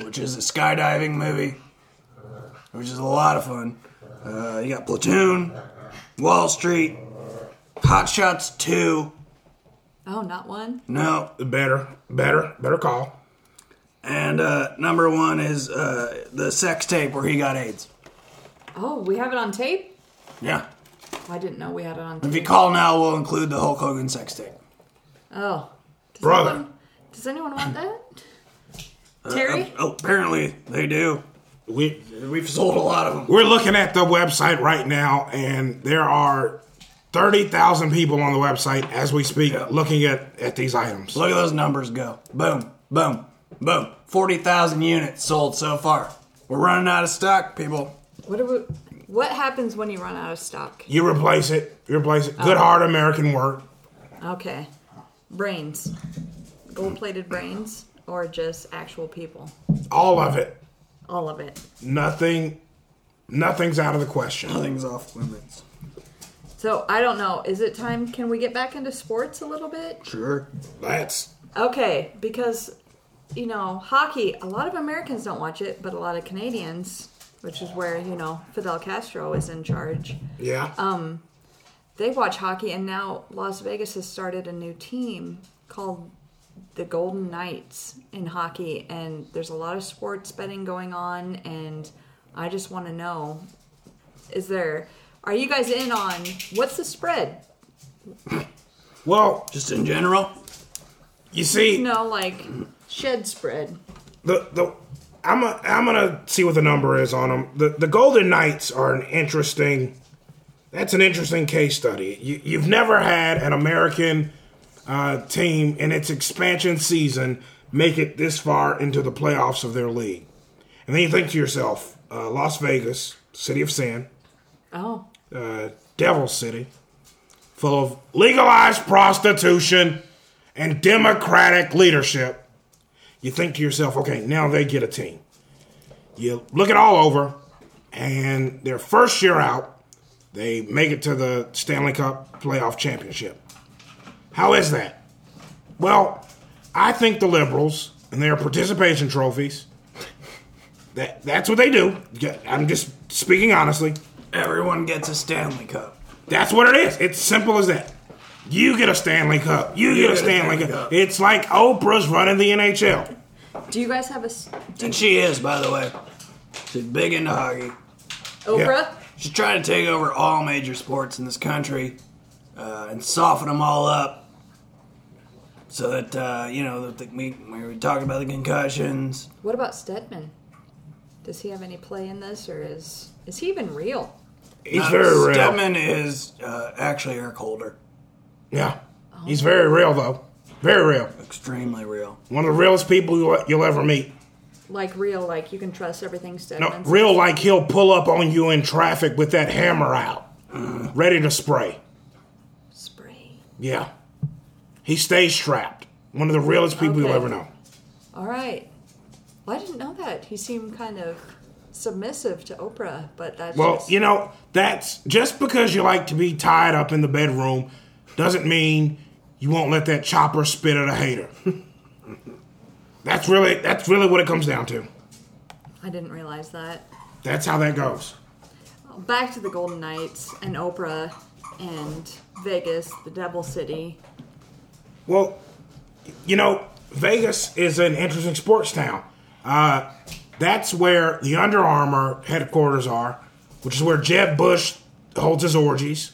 [SPEAKER 2] which is a skydiving movie, which is a lot of fun. Uh, you got Platoon, Wall Street, Hot Shots Two.
[SPEAKER 1] Oh, not one.
[SPEAKER 2] No,
[SPEAKER 3] Better, better, better call.
[SPEAKER 2] and uh, number one is uh, the sex tape where he got AIDS.
[SPEAKER 1] Oh, we have it on tape.
[SPEAKER 2] Yeah.
[SPEAKER 1] I didn't know we had it on.
[SPEAKER 2] If
[SPEAKER 1] tape.
[SPEAKER 2] you call now, we'll include the Hulk Hogan sex tape.
[SPEAKER 1] Oh, does
[SPEAKER 3] Brother.
[SPEAKER 1] Anyone, does anyone want that? Terry.
[SPEAKER 2] Oh, apparently they do.
[SPEAKER 3] We
[SPEAKER 2] We've sold a lot of them.
[SPEAKER 3] we're looking at the website right now, and there are thirty thousand people on the website as we speak, looking at at these items.
[SPEAKER 2] Look at those numbers go. Boom, boom, boom. 40,000 units sold so far. We're running out of stock, people.
[SPEAKER 1] What do we, What happens when you run out of stock?
[SPEAKER 3] You replace it. You replace it. Good hard American work.
[SPEAKER 1] Okay, brains, gold-plated brains, or just actual people?
[SPEAKER 3] All of it.
[SPEAKER 1] All of it.
[SPEAKER 3] Nothing. Nothing's out of the question.
[SPEAKER 2] Nothing's off limits.
[SPEAKER 1] So I don't know. Is it time? Can we get back into sports a little bit?
[SPEAKER 2] Sure.
[SPEAKER 3] That's
[SPEAKER 1] Okay, because you know, hockey, a lot of Americans don't watch it, but a lot of Canadians, which is where, you know, Fidel Castro is in charge.
[SPEAKER 3] yeah.
[SPEAKER 1] Um, They watch hockey and now Las Vegas has started a new team called the Golden Knights in hockey and there's a lot of sports betting going on and I just want to know is there are you guys in on what's the spread?
[SPEAKER 3] well,
[SPEAKER 2] Just in general,
[SPEAKER 3] you see,
[SPEAKER 1] You know, like shed spread.
[SPEAKER 3] the the I'm a, I'm gonna see what the number is on them. The the Golden Knights are an interesting. That's an interesting case study. You, you've never had an American uh, team in its expansion season make it this far into the playoffs of their league, and then you think to yourself, uh, Las Vegas, city of sin,
[SPEAKER 1] Oh,
[SPEAKER 3] uh, devil city, full of legalized prostitution and democratic leadership, you think to yourself, okay, now they get a team. You look it all over, and their first year out, they make it to the Stanley Cup playoff championship. How is that? Well, I think the liberals and their participation trophies. That, that's what they do. Yeah, I'm just speaking honestly.
[SPEAKER 2] everyone gets a Stanley Cup.
[SPEAKER 3] That's what it is. It's simple as that. You get a Stanley Cup. You, get, a Stanley, Cup. It's like Oprah's running the NHL.
[SPEAKER 1] do you guys have a s-
[SPEAKER 2] And she is, by the way. She's big into hockey.
[SPEAKER 1] Oprah?
[SPEAKER 2] She's trying to take over all major sports in this country uh, and soften them all up so that, uh, you know, that the, we, we were talking about the concussions.
[SPEAKER 1] What about Stedman? Does he have any play in this, or is is he even real?
[SPEAKER 3] He's very real.
[SPEAKER 2] Uh, Stedman is uh, actually Eric Holder.
[SPEAKER 3] Yeah. He's very real, though. Very real.
[SPEAKER 2] Extremely real.
[SPEAKER 3] One of the realest people you'll, you'll ever meet.
[SPEAKER 1] Like real, like you can trust everything Stedman.
[SPEAKER 3] No,
[SPEAKER 1] says?
[SPEAKER 3] real like he'll pull up on you in traffic with that hammer out, ready to spray.
[SPEAKER 1] Spray.
[SPEAKER 3] Yeah. He stays strapped. One of the realest people you'll
[SPEAKER 1] Okay.
[SPEAKER 3] ever know.
[SPEAKER 1] All right. Well, I didn't know that. He seemed kind of submissive to Oprah, but that's
[SPEAKER 3] Well,
[SPEAKER 1] just,
[SPEAKER 3] you know, that's just because you like to be tied up in the bedroom doesn't mean you won't let that chopper spit at a hater. [laughs] that's really that's really what it comes down to.
[SPEAKER 1] I didn't realize that.
[SPEAKER 3] That's how that goes.
[SPEAKER 1] Back to the Golden Knights and Oprah and Vegas, the Devil City.
[SPEAKER 3] Well, you know, Vegas is an interesting sports town. Uh, that's where the Under Armour headquarters are, which is where Jeb Bush holds his orgies.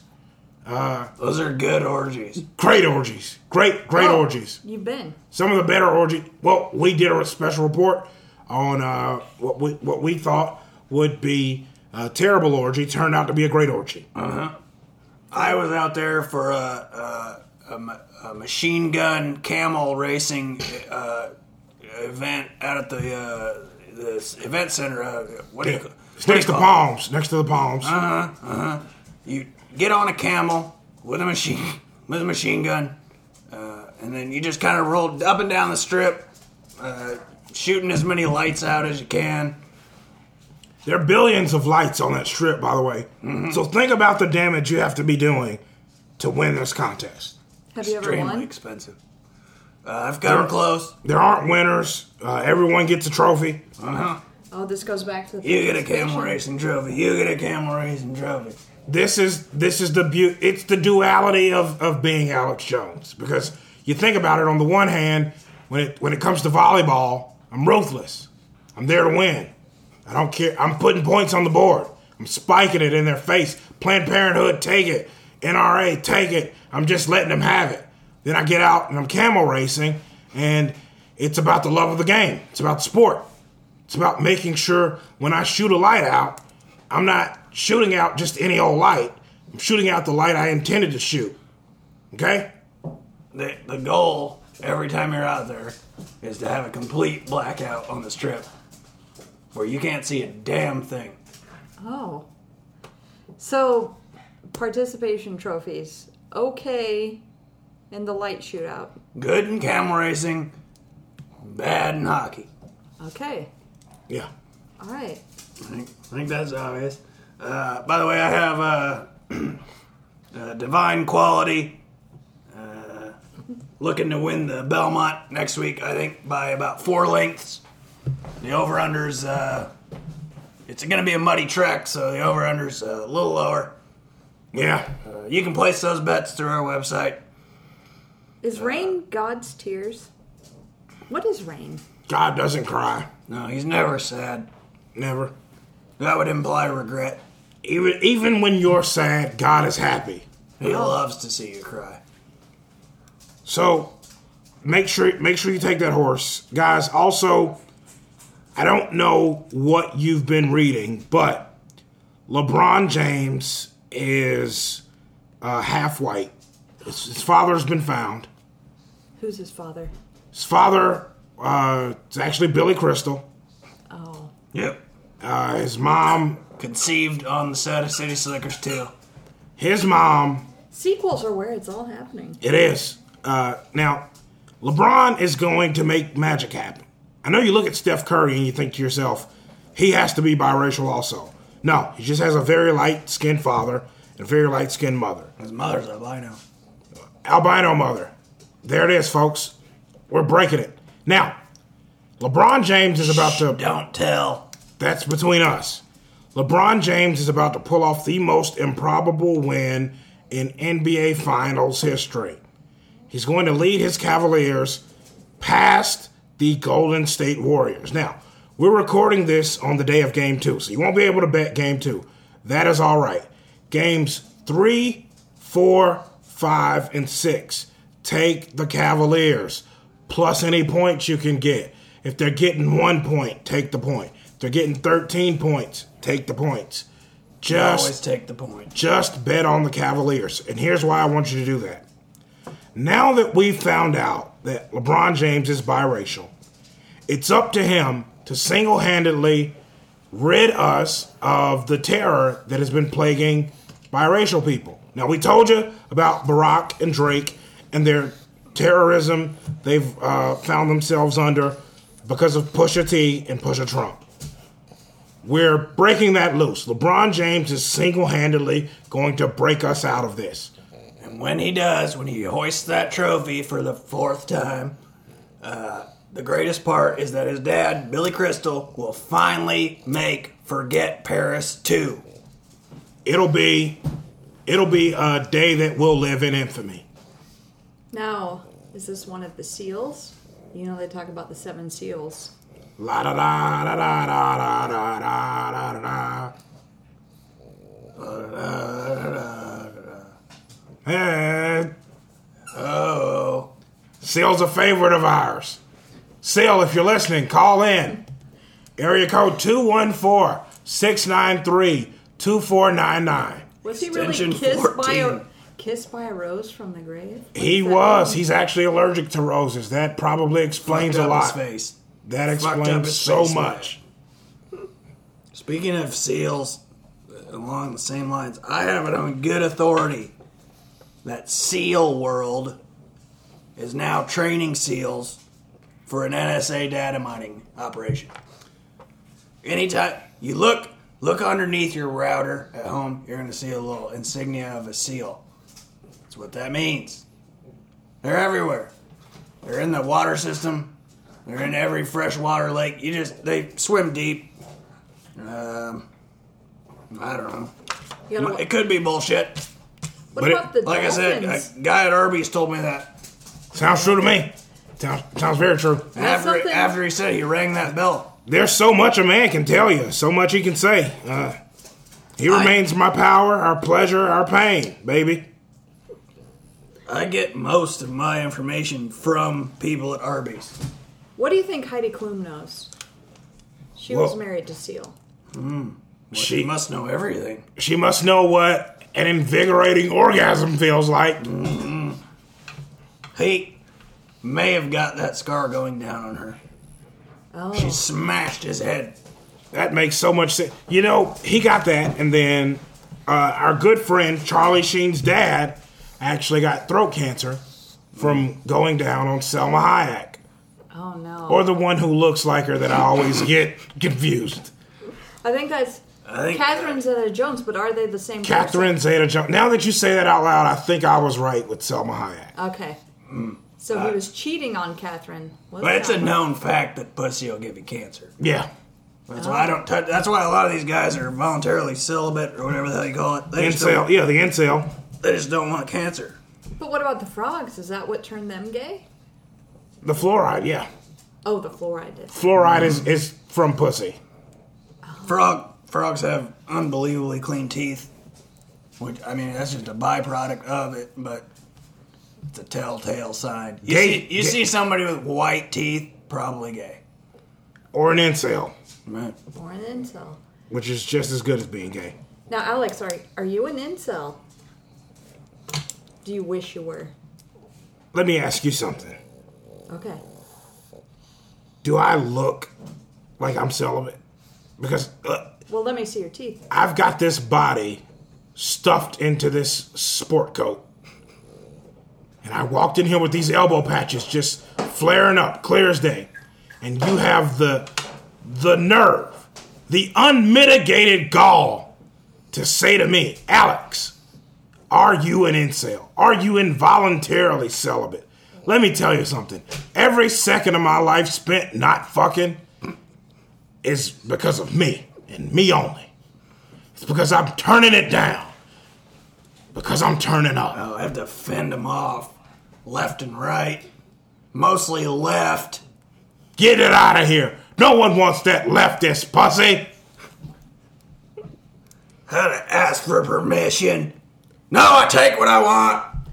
[SPEAKER 2] Those are good orgies.
[SPEAKER 3] Great orgies. Great, great
[SPEAKER 1] Oh,
[SPEAKER 3] orgies.
[SPEAKER 1] You've been.
[SPEAKER 3] some of the better orgy. Well, we did a special report on uh, what we what we thought would be a terrible orgy turned out to be a great orgy.
[SPEAKER 2] I was out there for a, a, a ma- a machine gun camel racing uh, event out at the uh, this event center. Uh, what do you, what
[SPEAKER 3] It's
[SPEAKER 2] do you
[SPEAKER 3] next to
[SPEAKER 2] call it? Uh-huh.
[SPEAKER 3] palms. Next to the palms.
[SPEAKER 2] you get on a camel with a machine [laughs] with a machine gun, uh, and then you just kind of roll up and down the strip, uh, shooting as many lights out as you can.
[SPEAKER 3] There are billions of lights on that strip, by the way.
[SPEAKER 2] Mm-hmm.
[SPEAKER 3] So think about the damage you have to be doing to win this contest.
[SPEAKER 1] Have you ever
[SPEAKER 2] Extremely
[SPEAKER 1] won?
[SPEAKER 2] expensive. Uh, I've got her close.
[SPEAKER 3] There aren't winners. Uh, everyone gets a trophy.
[SPEAKER 2] Uh-huh.
[SPEAKER 1] Oh, this goes back to the.
[SPEAKER 2] You get a camel racing trophy. You get a camel racing trophy.
[SPEAKER 3] This is this is the bu- it's the duality of of being Alex Jones because you think about it. On the one hand, when it when it comes to volleyball, I'm ruthless. I'm there to win. I don't care. I'm putting points on the board. I'm spiking it in their face. Planned Parenthood, take it. NRA, take it. I'm just letting them have it. Then I get out and I'm camel racing, and it's about the love of the game. It's about the sport. It's about making sure when I shoot a light out, I'm not shooting out just any old light. I'm shooting out the light I intended to shoot. Okay?
[SPEAKER 2] The, the goal every time you're out there is to have a complete blackout on the strip where you can't see a damn thing.
[SPEAKER 1] Oh. So, participation trophies. Okay. In the light shootout.
[SPEAKER 2] Good in camel racing, bad in hockey.
[SPEAKER 1] Okay.
[SPEAKER 3] Yeah.
[SPEAKER 1] All right.
[SPEAKER 2] I think, I think that's obvious. Uh, by the way, I have uh, [clears throat] uh, divine quality. Uh, looking to win the Belmont next week, I think, by about four lengths. The over/unders. Uh, it's going to be a muddy track, so the over/unders uh, a little lower.
[SPEAKER 3] Yeah.
[SPEAKER 2] Uh, you can place those bets through our website. Uh.
[SPEAKER 1] Is rain God's tears? What is rain?
[SPEAKER 3] God doesn't cry.
[SPEAKER 2] No, he's never sad.
[SPEAKER 3] Never.
[SPEAKER 2] That would imply regret.
[SPEAKER 3] Even even when you're sad, God is happy.
[SPEAKER 2] He loves to see you cry.
[SPEAKER 3] So make sure make sure you take that horse. Guys, also I don't know what you've been reading, but LeBron James is uh, half white. His, his father's been found.
[SPEAKER 1] Who's his father?
[SPEAKER 3] His father uh, is actually Billy Crystal.
[SPEAKER 1] Oh.
[SPEAKER 2] Yep.
[SPEAKER 3] Uh, his mom,
[SPEAKER 2] Conceived on the set of City Slickers too.
[SPEAKER 3] his mom,
[SPEAKER 1] Sequels are where it's all happening.
[SPEAKER 3] it is. Uh, now, LeBron is going to make magic happen. I know you look at Steph Curry and you think to yourself, he has to be biracial also. No, he just has a very light skinned father and a very light skinned mother.
[SPEAKER 2] His mother's albino.
[SPEAKER 3] albino mother. There it is, folks. We're breaking it. Now, LeBron James is about to.
[SPEAKER 2] Don't tell.
[SPEAKER 3] That's between us. LeBron James is about to pull off the most improbable win in NBA Finals history. He's going to lead his Cavaliers past the Golden State Warriors. Now, we're recording this on the day of game two, so you won't be able to bet game two. That is all right. Games three, four, five, and six. Take the Cavaliers plus any points you can get. If they're getting one point, take the point. If they're getting 13 points, take the points. Just
[SPEAKER 2] Always take the point.
[SPEAKER 3] just bet on the Cavaliers. And here's why I want you to do that. Now that we've found out that LeBron James is biracial, it's up to him to single handedly rid us of the terror that has been plaguing biracial people. Now, we told you about Barack and Drake and their terrorism they've uh, found themselves under because of Pusha T and Pusha Trump. We're breaking that loose. LeBron James is single handedly going to break us out of this.
[SPEAKER 2] And when he does, when he hoists that trophy for the fourth time, uh, the greatest part is that his dad, Billy Crystal, will finally make Forget Paris 2.
[SPEAKER 3] It'll be it'll be a day that will live in infamy.
[SPEAKER 1] Now, is this one of the seals? You know, they talk about the seven seals.
[SPEAKER 3] La da da da da da da da da da da. Hey,
[SPEAKER 2] Oh.
[SPEAKER 3] Sale's a favorite of ours. Sale, if you're listening, call in. Area code 214 693 2499.
[SPEAKER 1] Was he really
[SPEAKER 2] Extension
[SPEAKER 1] kissed by a
[SPEAKER 2] 14.
[SPEAKER 1] kissed by a rose from the grave?
[SPEAKER 3] He
[SPEAKER 1] What does that
[SPEAKER 3] was.
[SPEAKER 1] mean?
[SPEAKER 3] He's actually allergic to roses. That probably explains
[SPEAKER 2] Fucked
[SPEAKER 3] a
[SPEAKER 2] up
[SPEAKER 3] lot.
[SPEAKER 2] his face.
[SPEAKER 3] That
[SPEAKER 2] Fucked up
[SPEAKER 3] explains
[SPEAKER 2] his
[SPEAKER 3] so
[SPEAKER 2] face,
[SPEAKER 3] much.
[SPEAKER 2] Speaking of seals, along the same lines, I have it on good authority that Seal World is now training seals for an NSA data mining operation. Anytime you look, Look underneath your router at home. You're going to see a little insignia of a seal. That's what that means. They're everywhere. They're in the water system. They're in every freshwater lake. You just they swim deep. Um, I don't know.
[SPEAKER 1] You gotta,
[SPEAKER 2] It could be bullshit.
[SPEAKER 1] what about the
[SPEAKER 2] like I said,
[SPEAKER 1] dolphins?
[SPEAKER 2] a guy at Arby's told me that
[SPEAKER 3] Sounds true to me. Sounds, sounds very true.
[SPEAKER 1] That's
[SPEAKER 2] after
[SPEAKER 1] something-
[SPEAKER 2] after he said he rang that bell.
[SPEAKER 3] There's so much a man can tell you, so much he can say. Uh, he remains my power, our pleasure, our pain, baby.
[SPEAKER 2] I get most of my information from people at Arby's.
[SPEAKER 1] what do you think Heidi Klum knows? She was
[SPEAKER 3] Whoa.
[SPEAKER 1] married to Seal.
[SPEAKER 2] She must know everything.
[SPEAKER 3] She must know what an invigorating orgasm feels like.
[SPEAKER 2] He may have got that scar going down on her.
[SPEAKER 1] Oh,
[SPEAKER 2] She smashed his head.
[SPEAKER 3] That makes so much sense. You know, he got that, and then uh, our good friend Charlie Sheen's dad actually got throat cancer from going down on Selma Hayek,
[SPEAKER 1] oh no.
[SPEAKER 3] or the one who looks like her that I always get confused.
[SPEAKER 1] I think that's
[SPEAKER 2] I think uh,
[SPEAKER 1] Catherine Zeta-Jones, but are they the same
[SPEAKER 3] Catherine Zeta Jones. Now that you say that out loud, I think I was right with Selma Hayek.
[SPEAKER 1] person? Okay. So he was cheating on Catherine. Was
[SPEAKER 2] Hmm. Uh, But it's a
[SPEAKER 1] that-
[SPEAKER 2] known fact that pussy will give you cancer.
[SPEAKER 3] Yeah.
[SPEAKER 2] That's
[SPEAKER 1] Oh.
[SPEAKER 2] why I don't touch. That's why a lot of these guys are voluntarily celibate or whatever the hell you call it. They just,
[SPEAKER 3] Incel.
[SPEAKER 2] don't,
[SPEAKER 3] Yeah, the incel.
[SPEAKER 2] they just don't want cancer.
[SPEAKER 1] But what about the frogs? Is that what turned them gay?
[SPEAKER 3] The fluoride, yeah.
[SPEAKER 1] Oh, the fluoride did.
[SPEAKER 3] Fluoride is, is from pussy.
[SPEAKER 2] Frog frogs have unbelievably clean teeth, which I mean that's just a byproduct of it, but it's a telltale sign. You,
[SPEAKER 3] Gay-
[SPEAKER 2] see, you
[SPEAKER 3] gay-
[SPEAKER 2] see somebody with white teeth, probably gay.
[SPEAKER 3] Or an incel,
[SPEAKER 2] Right.
[SPEAKER 1] Or an incel.
[SPEAKER 3] which is just as good as being gay.
[SPEAKER 1] Now, Alex, are, are you an incel? Do you wish you were?
[SPEAKER 3] Let me ask you something.
[SPEAKER 1] Okay.
[SPEAKER 3] do I look like I'm celibate? Because uh,
[SPEAKER 1] Well, let me see your teeth.
[SPEAKER 3] I've got this body stuffed into this sport coat. And I walked in here with these elbow patches just flaring up, clear as day. And you have the the nerve, the unmitigated gall to say to me, Alex, are you an incel? Are you involuntarily celibate? Let me tell you something. Every second of my life spent not fucking is because of me and me only. It's because I'm turning it down. Because I'm turning up.
[SPEAKER 2] Oh, I have to fend them off left and right. Mostly left.
[SPEAKER 3] Get it out of here. No one wants that leftist pussy.
[SPEAKER 2] How to ask for permission. No, I take what I want.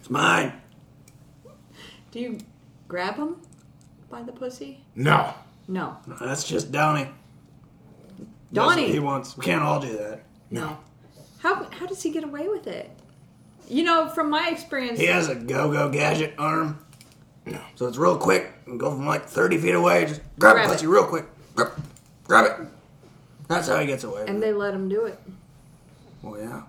[SPEAKER 2] It's mine.
[SPEAKER 1] Do you grab him by the pussy?
[SPEAKER 3] No.
[SPEAKER 1] No.
[SPEAKER 2] That's just Donnie. That's what
[SPEAKER 1] Donnie!
[SPEAKER 2] He wants. We can't all do that.
[SPEAKER 1] no. How, how does he get away with it? You know, from my experience,
[SPEAKER 2] He has a go-go gadget arm.
[SPEAKER 3] No.
[SPEAKER 2] So it's real quick. and go from like 30 feet away. Just grab,
[SPEAKER 1] Grab
[SPEAKER 2] it, pussy
[SPEAKER 1] it.
[SPEAKER 2] real quick. Grab, grab it. That's how he gets away.
[SPEAKER 1] and they let him do it.
[SPEAKER 2] well, yeah.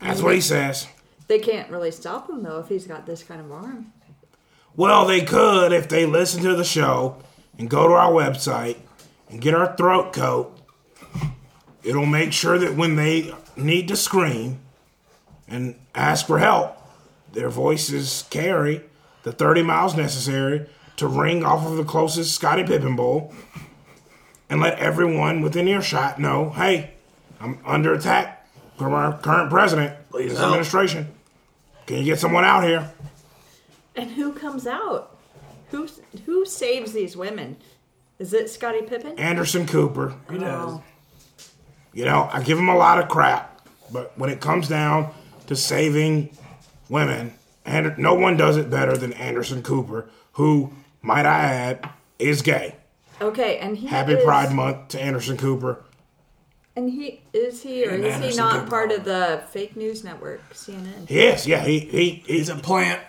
[SPEAKER 3] That's what he says.
[SPEAKER 1] They can't really stop him, though, if he's got this kind of arm.
[SPEAKER 3] Well, they could if they listen to the show and go to our website and get our throat coat. It'll make sure that when they need to scream and ask for help, their voices carry the 30 miles necessary to ring off of the closest Scottie Pippen Bowl and let everyone within earshot know hey, I'm under attack from our current president,
[SPEAKER 2] Please
[SPEAKER 3] this
[SPEAKER 2] help.
[SPEAKER 3] administration. Can you get someone out here?
[SPEAKER 1] And who comes out? Who, who saves these women? Is it Scottie Pippen?
[SPEAKER 3] Anderson Cooper.
[SPEAKER 2] He does.
[SPEAKER 1] Oh.
[SPEAKER 3] You know, I give him a lot of crap, but when it comes down to saving women, and no one does it better than Anderson Cooper, who, might I add, is gay.
[SPEAKER 1] Okay, and he
[SPEAKER 3] Happy
[SPEAKER 1] is,
[SPEAKER 3] Pride Month to Anderson Cooper.
[SPEAKER 1] And he is he or
[SPEAKER 2] And
[SPEAKER 1] is he
[SPEAKER 2] Anderson
[SPEAKER 1] not
[SPEAKER 2] Cooper.
[SPEAKER 1] part of the fake news network CNN?
[SPEAKER 3] He is, yeah, he, he,
[SPEAKER 2] He's
[SPEAKER 3] he's,
[SPEAKER 2] a plant.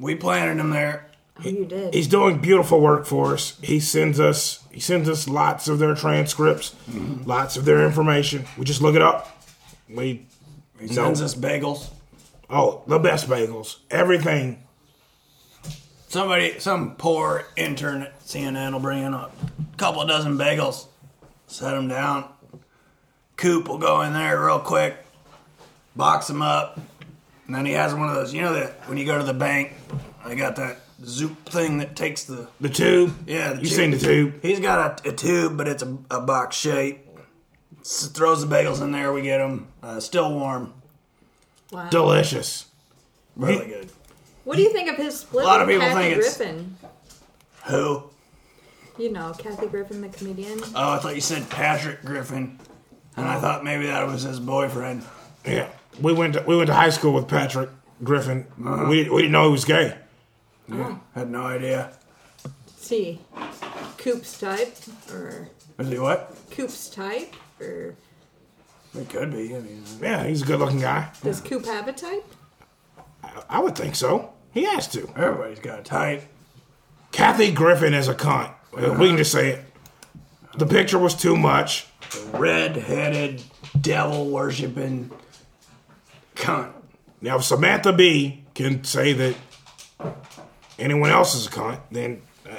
[SPEAKER 2] We planted him there.
[SPEAKER 1] Oh, you did.
[SPEAKER 3] he's doing beautiful work for us. He sends us he sends us lots of their transcripts,
[SPEAKER 2] Mm-hmm.
[SPEAKER 3] lots of their information. We just look it up. We
[SPEAKER 2] He
[SPEAKER 3] No.
[SPEAKER 2] sends us bagels.
[SPEAKER 3] oh, the best bagels. Everything
[SPEAKER 2] Somebody, some poor intern at CNN will bring in a couple dozen bagels, set them down, Coop will go in there real quick, box him up, and then he has one of those. You know that when you go to the bank, they got that zoop thing that takes the
[SPEAKER 3] The tube.
[SPEAKER 2] yeah. The
[SPEAKER 3] you
[SPEAKER 2] tube.
[SPEAKER 3] seen the tube?
[SPEAKER 2] He's got a, a tube, but it's a, a box shape. S- throws the bagels in there. We get them uh, still warm,
[SPEAKER 1] Wow.
[SPEAKER 3] Delicious.
[SPEAKER 2] really good.
[SPEAKER 1] What do you think of his split?
[SPEAKER 2] A lot of
[SPEAKER 1] with
[SPEAKER 2] people
[SPEAKER 1] Kathy
[SPEAKER 2] think it's-
[SPEAKER 1] Griffin.
[SPEAKER 2] Who?
[SPEAKER 1] You know, Kathy Griffin, the comedian.
[SPEAKER 2] Oh, I thought you said Patrick Griffin, and I thought maybe that was his boyfriend.
[SPEAKER 3] Yeah, we went to, we went to high school with Patrick Griffin. We we didn't know he was gay.
[SPEAKER 2] Had no idea.
[SPEAKER 1] See, Coop's type or
[SPEAKER 2] Is he what?
[SPEAKER 1] Coop's type or
[SPEAKER 2] It could be. I mean,
[SPEAKER 3] Yeah, he's a good looking guy.
[SPEAKER 1] does Coop have a type?
[SPEAKER 3] I- I would think so. He has to.
[SPEAKER 2] everybody's got a type.
[SPEAKER 3] Kathy Griffin is a cunt. Uh, We can just say it. The picture was too much.
[SPEAKER 2] Red-headed, devil-worshipping cunt.
[SPEAKER 3] Now, if Samantha B can say that anyone else is a cunt, then uh,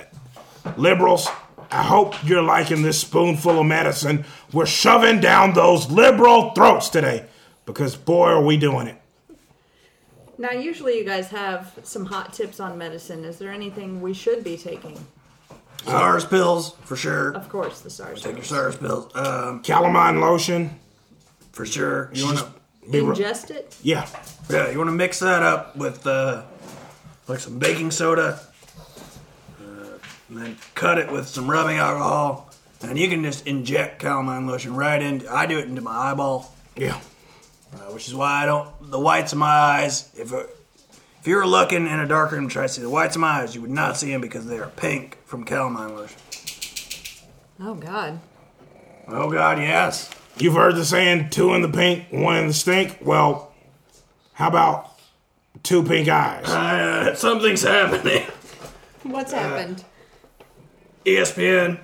[SPEAKER 3] liberals, I hope you're liking this spoonful of medicine we're shoving down those liberal throats today. Because boy, are we doing it.
[SPEAKER 1] Now, usually you guys have some hot tips on medicine. Is there anything we should be taking?
[SPEAKER 2] SARS pills for sure.
[SPEAKER 1] Of course, the SARS.
[SPEAKER 2] Take your SARS pills um,
[SPEAKER 3] Calamine lotion.
[SPEAKER 2] for sure. You want to?
[SPEAKER 3] Be re-
[SPEAKER 1] Ingest it.
[SPEAKER 3] yeah.
[SPEAKER 2] Yeah, you want to mix that up with uh, like some baking soda, uh, and then cut it with some rubbing alcohol, and you can just inject calamine lotion right in. I do it into my eyeball,
[SPEAKER 3] Yeah.
[SPEAKER 2] uh, which is why I don't the whites of my eyes. If uh, if you were looking in a dark room to try to see the whites of my eyes, you would not see them because they are pink from calamine lotion.
[SPEAKER 1] Oh God.
[SPEAKER 2] Oh God, yes.
[SPEAKER 3] You've heard the saying, two in the pink, one in the stink. Well, how about two pink eyes?
[SPEAKER 2] Uh, something's happening. [laughs] E
[SPEAKER 1] What's
[SPEAKER 2] Uh,
[SPEAKER 1] happened?
[SPEAKER 2] ESPN.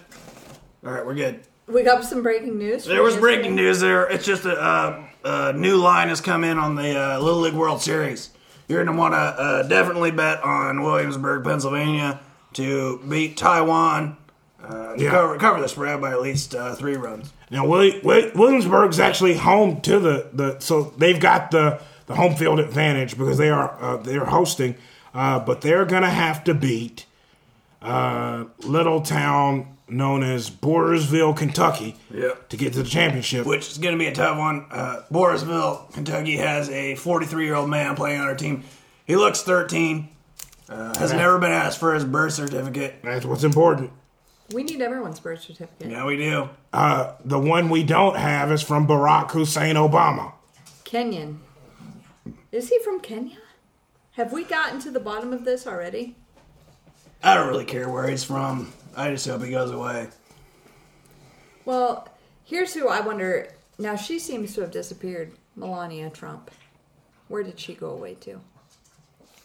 [SPEAKER 2] All right, we're good.
[SPEAKER 1] We got some breaking news.
[SPEAKER 2] There was breaking news there. It's just a, uh, a new line has come in on the uh, Little League World Series. You're going to want to uh, definitely bet on Williamsburg, Pennsylvania to beat Taiwan. Uh, to
[SPEAKER 3] Yeah.
[SPEAKER 2] cover, cover the spread by at least uh, three runs.
[SPEAKER 3] Now, Willi- Wi- Williamsburg's actually home to the, the so they've got the, the home field advantage because they are uh, they're hosting, uh, but they're gonna have to beat uh, little town known as Bordersville, Kentucky,
[SPEAKER 2] Yep.
[SPEAKER 3] to get to the championship.
[SPEAKER 2] Which is going to be a tough one. Uh, Borisville, Kentucky has a 43 year old man playing on our team. He looks 13, uh, has never been asked for his birth certificate.
[SPEAKER 3] That's what's important.
[SPEAKER 1] We need everyone's birth certificate.
[SPEAKER 2] Yeah, we do.
[SPEAKER 3] Uh, the one we don't have is from Barack Hussein Obama.
[SPEAKER 1] Kenyan. Is he from Kenya? Have we gotten to the bottom of this already?
[SPEAKER 2] I don't really care where he's from. I just hope he goes away.
[SPEAKER 1] Well, here's who I wonder. Now she seems to have disappeared. Melania Trump. Where did she go away to?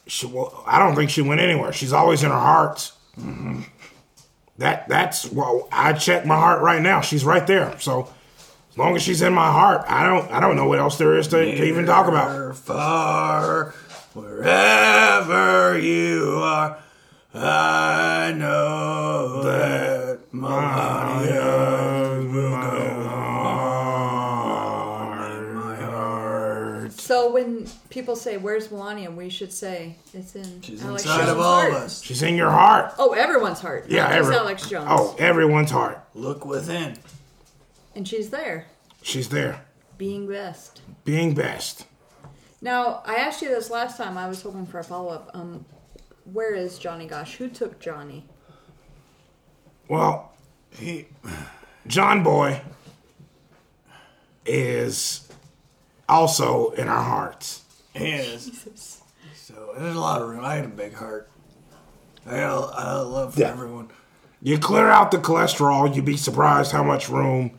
[SPEAKER 3] she, well, I don't think she went anywhere. She's always in her hearts. That that's well, I check my heart right now. She's right there. So as long as she's in my heart, I don't I don't know what else there is to, to even talk about.
[SPEAKER 2] Near, Far, wherever you are, I know that Melania will go on in my heart.
[SPEAKER 1] So when people say "Where's Melania," we should say it's in
[SPEAKER 2] She's
[SPEAKER 1] Alex
[SPEAKER 2] inside of
[SPEAKER 1] Jones'
[SPEAKER 2] all
[SPEAKER 1] heart.
[SPEAKER 2] of us.
[SPEAKER 3] She's in your heart.
[SPEAKER 1] Oh, everyone's heart.
[SPEAKER 3] Yeah,
[SPEAKER 1] not just
[SPEAKER 3] every-
[SPEAKER 1] Alex Jones.
[SPEAKER 3] Oh, everyone's heart.
[SPEAKER 2] Look within.
[SPEAKER 1] and she's there,
[SPEAKER 3] She's there,
[SPEAKER 1] being best.
[SPEAKER 3] being best.
[SPEAKER 1] Now, I asked you this last time. I was hoping for a follow up. Um, where is Johnny Gosh? Who took Johnny?
[SPEAKER 3] Well,
[SPEAKER 2] He,
[SPEAKER 3] John Boy is also in our hearts.
[SPEAKER 2] he is. So there's a lot of room. I had a big heart. I got a, I got a love for
[SPEAKER 3] Yeah.
[SPEAKER 2] everyone.
[SPEAKER 3] You clear out the cholesterol, you'd be surprised how much room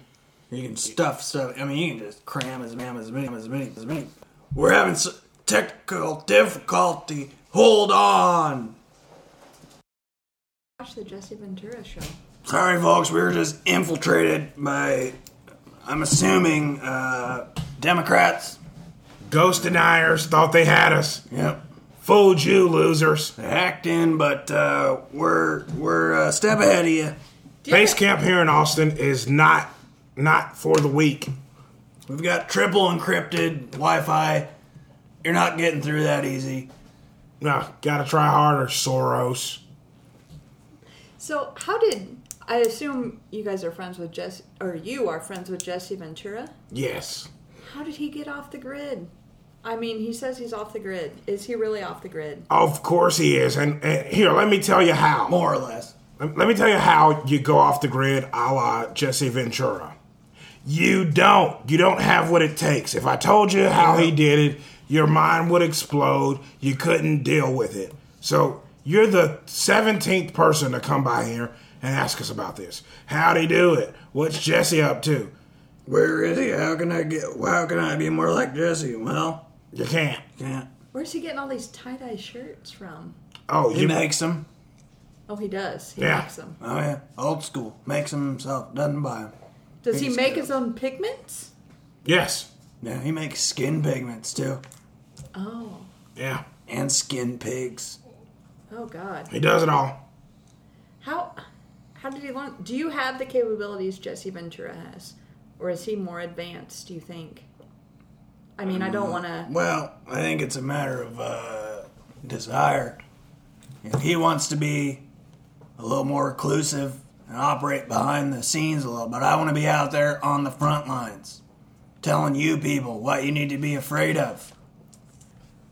[SPEAKER 2] You can stuff stuff. I mean, you can just cram as many, as many, as many, as many. We're having s- technical difficulty. Hold on.
[SPEAKER 1] Watch the Jesse Ventura show.
[SPEAKER 2] Sorry, folks. We were just infiltrated by, I'm assuming, uh, Democrats.
[SPEAKER 3] Ghost deniers thought they had us.
[SPEAKER 2] Yep.
[SPEAKER 3] Fooled you, losers.
[SPEAKER 2] They hacked in, but uh, we're we're a step ahead of you.
[SPEAKER 1] Do you
[SPEAKER 3] Base
[SPEAKER 1] guys-
[SPEAKER 3] camp here in Austin is not not for the weak.
[SPEAKER 2] We've got triple encrypted Wi-Fi. You're not getting through that easy.
[SPEAKER 3] No, gotta try harder, Soros.
[SPEAKER 1] So how did I assume you guys are friends with Jesse, or you are friends with Jesse Ventura?
[SPEAKER 3] Yes.
[SPEAKER 1] How did he get off the grid? I mean, he says he's off the grid. Is he really off the grid?
[SPEAKER 3] Of course he is. And, and here, let me tell you how.
[SPEAKER 2] More or less.
[SPEAKER 3] Let, let me tell you how you go off the grid a la Jesse Ventura. You don't. You don't have what it takes. If I told you how he did it, your mind would explode. You couldn't deal with it. So you're the 17th person to come by here and ask us about this. How'd he do it? What's Jesse up to?
[SPEAKER 2] Where is he? How can I get? How can I be more like Jesse? Well,
[SPEAKER 3] You can't.
[SPEAKER 2] can't.
[SPEAKER 1] Where's he getting all these tie dye shirts from?
[SPEAKER 3] Oh,
[SPEAKER 2] He
[SPEAKER 3] you
[SPEAKER 2] makes them.
[SPEAKER 1] Oh, he does. He
[SPEAKER 3] Yeah.
[SPEAKER 1] makes them.
[SPEAKER 2] Oh yeah, old school. Makes them himself. Doesn't buy them.
[SPEAKER 1] Does he
[SPEAKER 2] He's
[SPEAKER 1] make
[SPEAKER 2] good.
[SPEAKER 1] his own pigments?
[SPEAKER 3] Yes.
[SPEAKER 2] Yeah, he makes skin pigments too,
[SPEAKER 1] Oh,
[SPEAKER 3] Yeah.
[SPEAKER 2] and skin pigs.
[SPEAKER 1] oh God.
[SPEAKER 3] He does it all.
[SPEAKER 1] How how did he learn? Do you have the capabilities Jesse Ventura has, or is he more advanced? Do you think? I mean, I don't want to.
[SPEAKER 2] Well, I think it's a matter of uh, desire. If he wants to be a little more reclusive and operate behind the scenes a little, but I want to be out there on the front lines, telling you people what you need to be afraid of.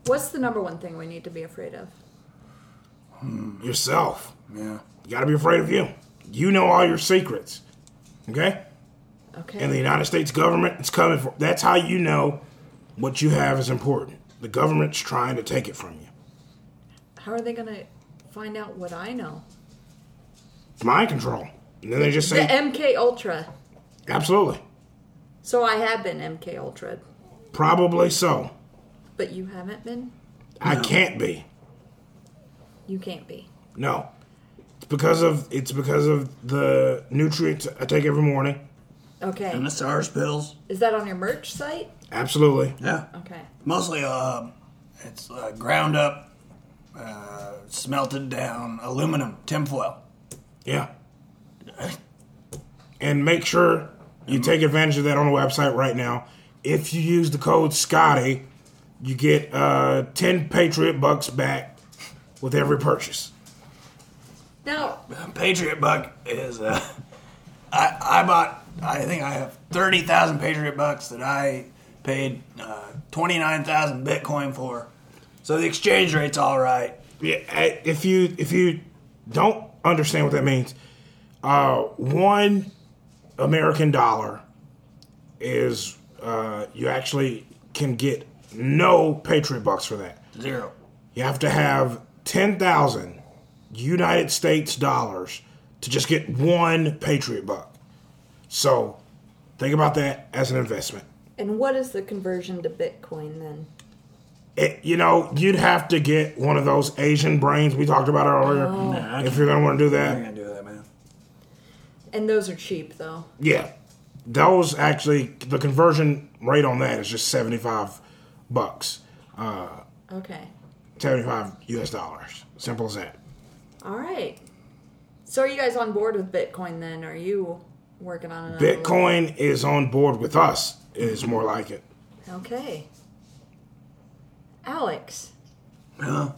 [SPEAKER 1] What's the number one thing we need to be afraid of?
[SPEAKER 3] Yourself.
[SPEAKER 2] Yeah.
[SPEAKER 3] You gotta be afraid of you. You know all your secrets. Okay?
[SPEAKER 1] Okay.
[SPEAKER 3] And the United States government is coming for that's how you know what you have is important. The government's trying to take it from you.
[SPEAKER 1] How are they gonna find out what I know?
[SPEAKER 3] It's mind control. And then they just
[SPEAKER 1] The
[SPEAKER 3] say
[SPEAKER 1] MK Ultra.
[SPEAKER 3] Absolutely.
[SPEAKER 1] So I have been MK Ultra,
[SPEAKER 3] Probably so.
[SPEAKER 1] but you haven't been.
[SPEAKER 3] I can't be.
[SPEAKER 1] You can't be.
[SPEAKER 3] No. It's because of it's because of the nutrients I take every morning.
[SPEAKER 1] Okay.
[SPEAKER 2] And the SARS pills.
[SPEAKER 1] Is that on your merch site?
[SPEAKER 3] Absolutely.
[SPEAKER 2] Yeah.
[SPEAKER 1] Okay.
[SPEAKER 2] Mostly, uh, it's uh, ground up, uh, smelted down aluminum tinfoil.
[SPEAKER 3] Yeah. And make sure you take advantage of that on the website right now. If you use the code Scotty, you get uh, 10 Patriot bucks back with every purchase.
[SPEAKER 1] Now,
[SPEAKER 2] Patriot buck is. Uh, [laughs] I I bought. I think I have thirty thousand Patriot bucks that I paid uh, twenty nine thousand Bitcoin for. So the exchange rate's all right.
[SPEAKER 3] Yeah, I- if you if you don't understand what that means, uh, one American dollar is uh, you actually can get no Patriot bucks for that.
[SPEAKER 2] Zero.
[SPEAKER 3] You have to have 10,000 United States dollars to just get one Patriot buck. So think about that as an investment.
[SPEAKER 1] and what is the conversion to Bitcoin then?
[SPEAKER 3] It, you know, you'd have to get one of those Asian brains we talked about earlier if you're going to want to do
[SPEAKER 2] I
[SPEAKER 3] that.
[SPEAKER 2] can't do that, man.
[SPEAKER 1] And those are cheap though.
[SPEAKER 3] Yeah. Those actually, the conversion rate on that is just 75 bucks,
[SPEAKER 1] Okay.
[SPEAKER 3] 75 US dollars. Simple as that.
[SPEAKER 1] All right. So are you guys on board with Bitcoin then? Are you working on another
[SPEAKER 3] Bitcoin is on board with us, is more like it.
[SPEAKER 1] Okay. Alex,
[SPEAKER 2] Huh?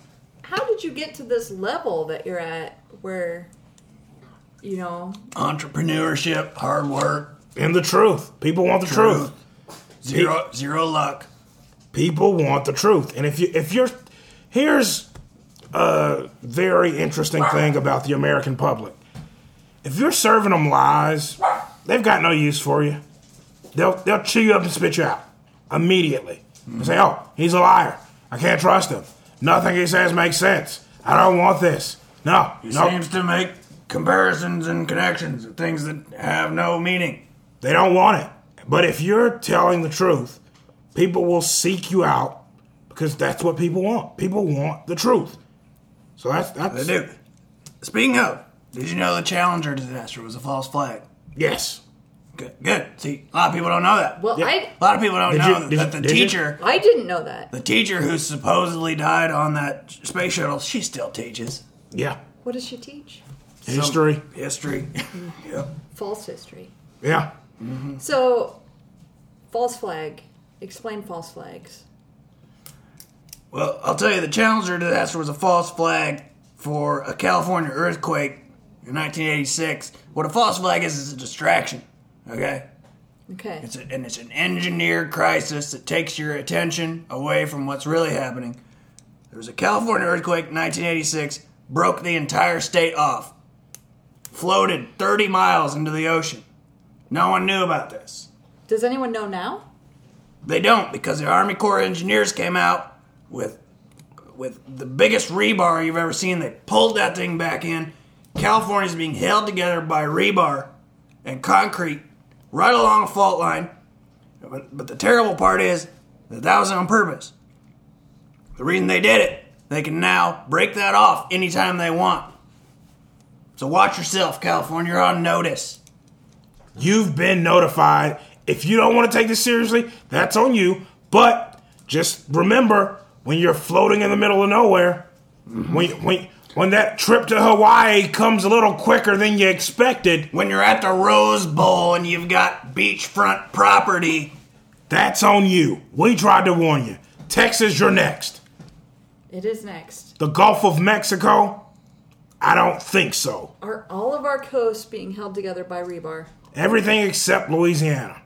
[SPEAKER 1] how did you get to this level that you're at where you know,
[SPEAKER 2] Entrepreneurship, hard work,
[SPEAKER 3] And the truth. People want the truth.
[SPEAKER 2] truth, zero zero luck.
[SPEAKER 3] People want the truth. And if you if you're here's a very interesting thing about the American public. If you're serving them lies, they've got no use for you. They'll they'll chew you up and spit you out immediately. And say, "Oh, he's a liar. I can't trust him. Nothing he says makes sense. I don't want this." No,
[SPEAKER 2] He
[SPEAKER 3] no,
[SPEAKER 2] seems to make comparisons and connections of things that have no meaning.
[SPEAKER 3] They don't want it. But if you're telling the truth, people will seek you out because that's what people want. People want the truth. So that's
[SPEAKER 2] They
[SPEAKER 3] that's
[SPEAKER 2] do. Speaking of, did you know the Challenger disaster was a false flag?
[SPEAKER 3] yes.
[SPEAKER 2] Good. Good. See, a lot of people don't know that.
[SPEAKER 1] well
[SPEAKER 3] Yeah.
[SPEAKER 1] I
[SPEAKER 2] a lot of people don't
[SPEAKER 3] Did
[SPEAKER 2] know
[SPEAKER 3] you- did
[SPEAKER 2] that
[SPEAKER 3] you-
[SPEAKER 2] the
[SPEAKER 3] did you?
[SPEAKER 2] teacher,
[SPEAKER 1] I didn't know that.
[SPEAKER 2] the teacher who supposedly died on that space shuttle, she still teaches
[SPEAKER 3] Yeah.
[SPEAKER 1] What does she teach?
[SPEAKER 2] Some
[SPEAKER 3] History.
[SPEAKER 2] [laughs] history. yep.
[SPEAKER 3] Hmm.
[SPEAKER 1] False history.
[SPEAKER 3] Yeah.
[SPEAKER 1] So False flag. Explain false flags.
[SPEAKER 2] Well, I'll tell you, the Challenger disaster was a false flag for a California earthquake in 1986. What a false flag is is a distraction. Okay,
[SPEAKER 1] Okay.
[SPEAKER 2] it's a, and it's an engineered crisis that takes your attention away from what's really happening. There was a California earthquake in 1986, broke the entire state off, floated 30 miles into the ocean. No one knew about this.
[SPEAKER 1] Does anyone know now?
[SPEAKER 2] They don't because the Army Corps of Engineers came out with with the biggest rebar you've ever seen. They pulled that thing back in. California's being held together by rebar and concrete right along a fault line. But, but the terrible part is that that was on purpose. The reason they did it, they can now break that off anytime they want. So watch yourself, California. You're on notice.
[SPEAKER 3] You've been notified. If you don't want to take this seriously, that's on you. But just remember when you're floating in the middle of nowhere,
[SPEAKER 2] Mm-hmm.
[SPEAKER 3] when, when, when that trip to Hawaii comes a little quicker than you expected,
[SPEAKER 2] When you're at the Rose Bowl and you've got beachfront property
[SPEAKER 3] that's on you. We tried to warn you. Texas, you're next.
[SPEAKER 1] It is next.
[SPEAKER 3] The Gulf of Mexico? I don't think so.
[SPEAKER 1] Are all of our coasts being held together by
[SPEAKER 2] [laughs]
[SPEAKER 1] rebar?
[SPEAKER 3] Everything except Louisiana.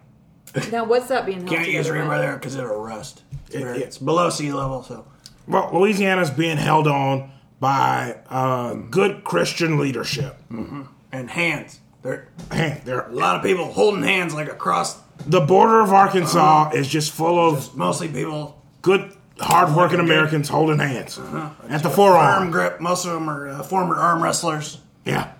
[SPEAKER 1] Now, what's that being held
[SPEAKER 2] Can't use
[SPEAKER 1] together
[SPEAKER 2] rebar
[SPEAKER 1] by?
[SPEAKER 2] there because it'll rust.
[SPEAKER 3] It-
[SPEAKER 2] Or
[SPEAKER 3] it-
[SPEAKER 2] it's below sea level, so
[SPEAKER 3] Well, Louisiana's being held on by uh, good Christian leadership.
[SPEAKER 2] and hands. There,
[SPEAKER 3] Man, they're-
[SPEAKER 2] a lot of people holding hands like across.
[SPEAKER 3] the border of Arkansas is just full of
[SPEAKER 2] Mostly people
[SPEAKER 3] good, hard-working
[SPEAKER 2] Good.
[SPEAKER 3] Americans holding hands at the
[SPEAKER 2] arm
[SPEAKER 3] forearm.
[SPEAKER 2] grip. Most of them are uh, former arm wrestlers.
[SPEAKER 3] Yeah,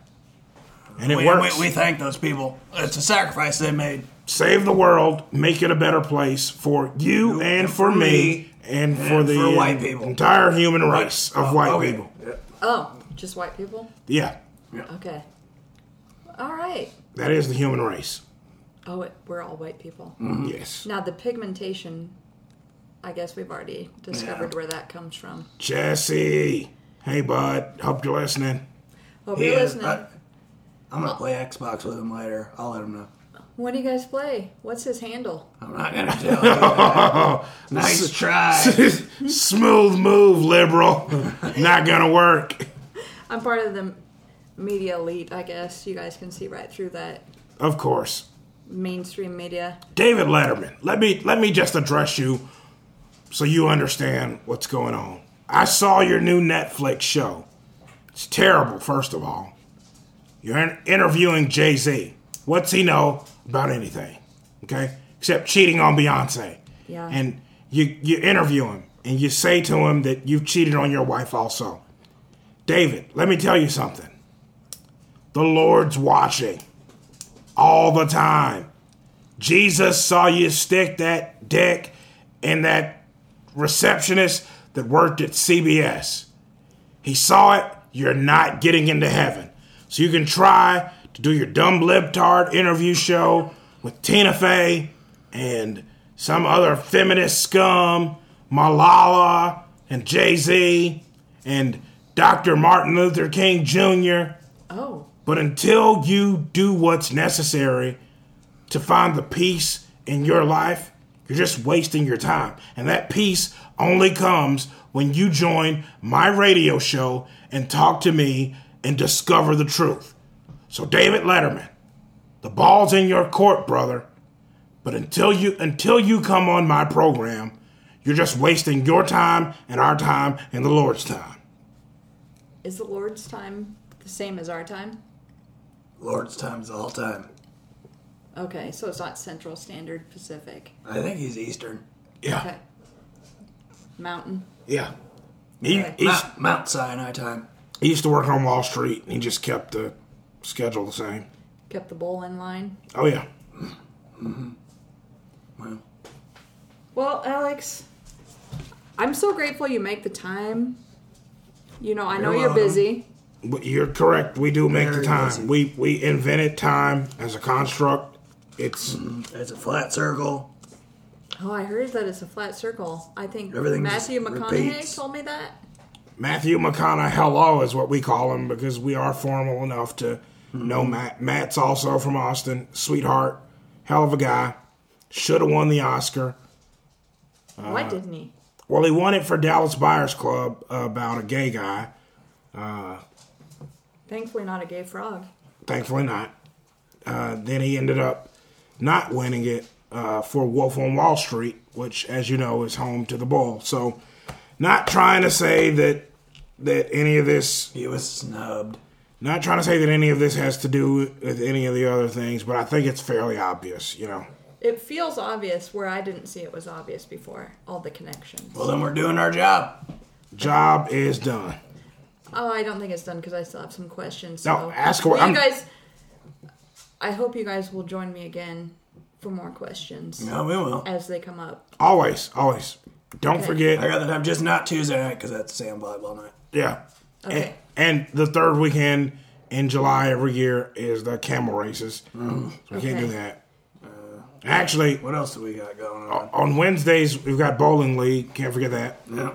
[SPEAKER 3] and it
[SPEAKER 2] We, we,
[SPEAKER 3] works.
[SPEAKER 2] we thank those people. It's a sacrifice they made.
[SPEAKER 3] Save the world, make it a better place for you and for me, and, for
[SPEAKER 2] and
[SPEAKER 3] the
[SPEAKER 2] for white people.
[SPEAKER 3] entire human race of
[SPEAKER 2] Oh,
[SPEAKER 3] white
[SPEAKER 2] okay.
[SPEAKER 3] people.
[SPEAKER 2] Yeah.
[SPEAKER 1] Oh, just white people?
[SPEAKER 3] Yeah,
[SPEAKER 1] Okay. All right.
[SPEAKER 3] that is the human race.
[SPEAKER 1] Oh, it, we're all white people.
[SPEAKER 2] Mm.
[SPEAKER 3] Yes,
[SPEAKER 1] Now, the pigmentation, I guess we've already discovered
[SPEAKER 2] Yeah.
[SPEAKER 1] where that comes from.
[SPEAKER 3] Jesse. Hey, bud. Hope you're listening.
[SPEAKER 1] Hope
[SPEAKER 2] He
[SPEAKER 1] you're
[SPEAKER 2] is-
[SPEAKER 1] listening.
[SPEAKER 2] I, I'm gonna play Xbox with him later. I'll let him know.
[SPEAKER 1] What do you guys play? What's his handle?
[SPEAKER 2] I'm not
[SPEAKER 3] [laughs]
[SPEAKER 2] gonna tell. you. nice try.
[SPEAKER 3] Smooth move, liberal. [laughs] Not gonna work.
[SPEAKER 1] I'm part of the media elite, I guess. You guys can see right through that
[SPEAKER 3] Of course.
[SPEAKER 1] mainstream media.
[SPEAKER 3] David Letterman, let me let me just address you so you understand what's going on. I saw your new Netflix show. It's terrible, first of all. You're in- interviewing Jay Z. What's he know about anything? Okay, except cheating on Beyonce.
[SPEAKER 1] Yeah.
[SPEAKER 3] And you you interview him and you say to him that you've cheated on your wife also. David, let me tell you something. The Lord's watching all the time. Jesus saw you stick that dick in that receptionist that worked at CBS. He saw it. You're not getting into heaven. So you can try to do your dumb libtard interview show with Tina Fey and some other feminist scum, Malala and Jay Z and Dr. Martin Luther King Jr.
[SPEAKER 1] Oh,
[SPEAKER 3] But until you do what's necessary to find the peace in your life, you're just wasting your time. And that peace only comes when you join my radio show and talk to me and discover the truth. So, David Letterman, the ball's in your court, brother. But until you until you come on my program, you're just wasting your time and our time and the Lord's time.
[SPEAKER 1] is the Lord's time the same as our time?
[SPEAKER 2] Lord's time's all time.
[SPEAKER 1] Okay, so it's not Central Standard Pacific.
[SPEAKER 2] I think he's Eastern.
[SPEAKER 3] Yeah.
[SPEAKER 1] Okay. Mountain.
[SPEAKER 3] Yeah. He,
[SPEAKER 1] Okay.
[SPEAKER 3] he's-
[SPEAKER 2] Mount, Mount Sinai time.
[SPEAKER 3] He used to work on Wall Street, and he just kept the schedule the same.
[SPEAKER 1] Kept the bowl in line.
[SPEAKER 3] Oh yeah,
[SPEAKER 2] Well,
[SPEAKER 1] Well, Alex, I'm so grateful you make the time. You know, I know
[SPEAKER 2] You're
[SPEAKER 1] you're
[SPEAKER 2] welcome.
[SPEAKER 1] busy.
[SPEAKER 3] but you're correct. We do make the
[SPEAKER 2] Very
[SPEAKER 3] time.
[SPEAKER 2] busy.
[SPEAKER 3] We we invented time as a construct. It's
[SPEAKER 2] it's a flat circle.
[SPEAKER 1] Oh, I heard that it's a flat circle. I think
[SPEAKER 2] Everything just
[SPEAKER 1] Matthew McConaughey
[SPEAKER 2] repeats.
[SPEAKER 1] told me that.
[SPEAKER 3] Matthew McConaughey hello is what we call him because we are formal enough to know Matt. Matt's also from Austin, sweetheart, hell of a guy, Should have won the Oscar.
[SPEAKER 2] Uh,
[SPEAKER 1] Why didn't he?
[SPEAKER 3] Well, he won it for Dallas Buyers Club about a gay guy.
[SPEAKER 1] Thankfully, not a gay frog.
[SPEAKER 3] Thankfully, not. Uh, then he ended up not winning it uh, for Wolf on Wall Street, which, as you know, is home to the Bull. So, not trying to say that that any of this,
[SPEAKER 2] He was snubbed.
[SPEAKER 3] not trying to say that any of this has to do with any of the other things, but I think it's fairly obvious, you know.
[SPEAKER 1] It feels obvious where I didn't see it was obvious before. All the connections.
[SPEAKER 2] Well, then we're doing our job.
[SPEAKER 3] Job is done.
[SPEAKER 1] Oh, I don't think it's done because I still have some questions.
[SPEAKER 3] No,
[SPEAKER 1] so.
[SPEAKER 3] ask away.
[SPEAKER 1] Will
[SPEAKER 3] I'm-
[SPEAKER 1] you guys. I hope you guys will join me again for more questions
[SPEAKER 2] No, we will.
[SPEAKER 1] as they come up.
[SPEAKER 3] Always, always. Don't
[SPEAKER 1] Okay.
[SPEAKER 2] I
[SPEAKER 3] forget.
[SPEAKER 2] got that time, just not Tuesday night because that's Sam Volleyball night.
[SPEAKER 3] Yeah.
[SPEAKER 1] Okay.
[SPEAKER 3] And, and the third weekend in July every year is the camel races. So we can't
[SPEAKER 1] Okay.
[SPEAKER 3] do that. Uh, Actually,
[SPEAKER 2] What else do we got going on?
[SPEAKER 3] on Wednesdays we've got bowling league. Can't forget that.
[SPEAKER 2] Yeah.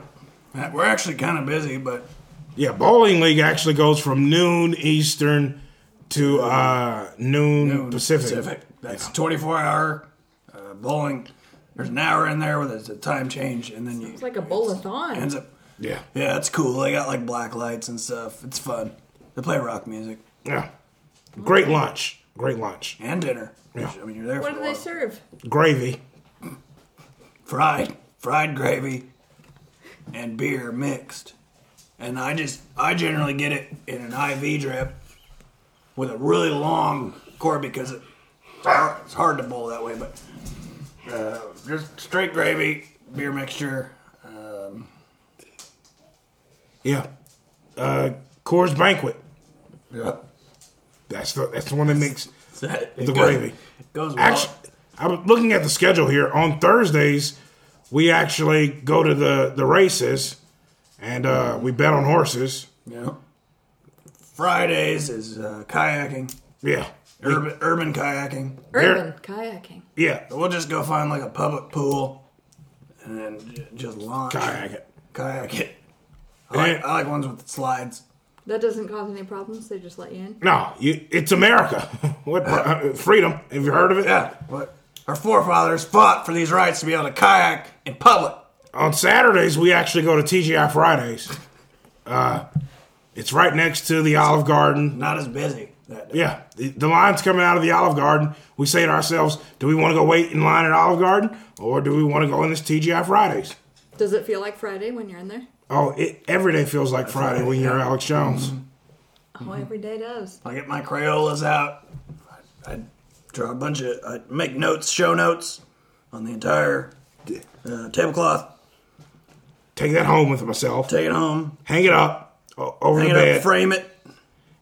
[SPEAKER 2] Uh, We're actually kind of busy, but
[SPEAKER 3] Yeah, bowling league actually goes from noon Eastern to uh, noon, Pacific.
[SPEAKER 2] That's 24 hour uh, bowling. There's an hour in there with a- it's a time change, and then you
[SPEAKER 1] It's like a bowl of thon.
[SPEAKER 2] ends up.
[SPEAKER 3] Yeah,
[SPEAKER 2] Yeah, it's cool. They got like black lights and stuff. It's fun. They play rock music
[SPEAKER 3] yeah. Great lunch. Great lunch.
[SPEAKER 2] and dinner.
[SPEAKER 3] Yeah.
[SPEAKER 2] Which, I mean, you're there
[SPEAKER 1] What
[SPEAKER 2] for
[SPEAKER 1] do
[SPEAKER 2] a
[SPEAKER 1] they
[SPEAKER 2] while.
[SPEAKER 1] serve?
[SPEAKER 3] Gravy.
[SPEAKER 2] fried, fried gravy, and beer mixed. And I just, I generally get it in an IV drip with a really long cord because it, it's hard to bowl that way. But uh, just straight gravy, beer mixture. Um,
[SPEAKER 3] Yeah. Uh, Coors Banquet.
[SPEAKER 2] yeah,
[SPEAKER 3] That's the that's the one that makes
[SPEAKER 2] that,
[SPEAKER 3] the gravy.
[SPEAKER 2] goes well.
[SPEAKER 3] Actually, I'm looking at the schedule here. On Thursdays, we actually go to the the races, and uh, we bet on horses.
[SPEAKER 2] yeah. Fridays is uh, kayaking,
[SPEAKER 3] Yeah,
[SPEAKER 2] urban, urban kayaking.
[SPEAKER 1] Urban kayaking.
[SPEAKER 3] yeah,
[SPEAKER 2] We'll just go find like a public pool and then j- just launch.
[SPEAKER 3] kayak it.
[SPEAKER 2] Kayak it. I like, I like ones with slides.
[SPEAKER 1] That doesn't cause any problems. They just let you in.
[SPEAKER 3] No, you, it's America. [laughs] what uh, freedom? Have you heard of it?
[SPEAKER 2] Yeah, but our forefathers fought for these rights to be able to kayak in public.
[SPEAKER 3] On Saturdays, we actually go to TGI Fridays. Uh, it's right next to the Olive Garden.
[SPEAKER 2] Not as busy that day.
[SPEAKER 3] Yeah, the, the line's coming out of the Olive Garden. We say to ourselves, do we want to go wait in line at Olive Garden or do we want to go in this TGI Fridays?
[SPEAKER 1] Does it feel like Friday when you're in there?
[SPEAKER 3] Oh, it, every day feels like Friday when you're Alex Jones.
[SPEAKER 2] Mm-hmm.
[SPEAKER 1] Oh, every day does.
[SPEAKER 2] I get my Crayolas out. I, I draw a bunch of, I make notes, show notes on the entire uh, tablecloth.
[SPEAKER 3] Take that home with myself.
[SPEAKER 2] Take it home,
[SPEAKER 3] Hang it up o- over
[SPEAKER 2] hang
[SPEAKER 3] the
[SPEAKER 2] it
[SPEAKER 3] bed.
[SPEAKER 2] up, frame it.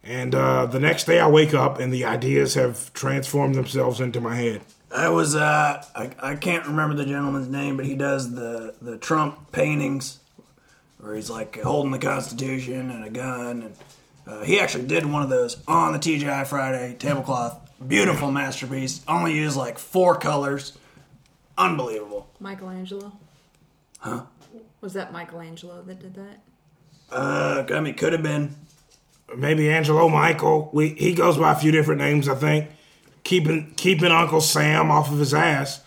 [SPEAKER 3] and uh, the next day I wake up and the ideas have transformed themselves into my head.
[SPEAKER 2] I was, uh, I, I can't remember the gentleman's name, but he does the, the Trump paintings where he's like holding the Constitution and a gun. And uh, he actually did one of those on the TGI Friday tablecloth. Beautiful masterpiece. Only used like four colors. Unbelievable.
[SPEAKER 1] Michelangelo. Huh? Was that Michelangelo that did that?
[SPEAKER 2] Uh, I mean, could have been.
[SPEAKER 3] Maybe Angelo Michael. We, he goes by a few different names, I think. Keeping keeping Uncle Sam off of his ass.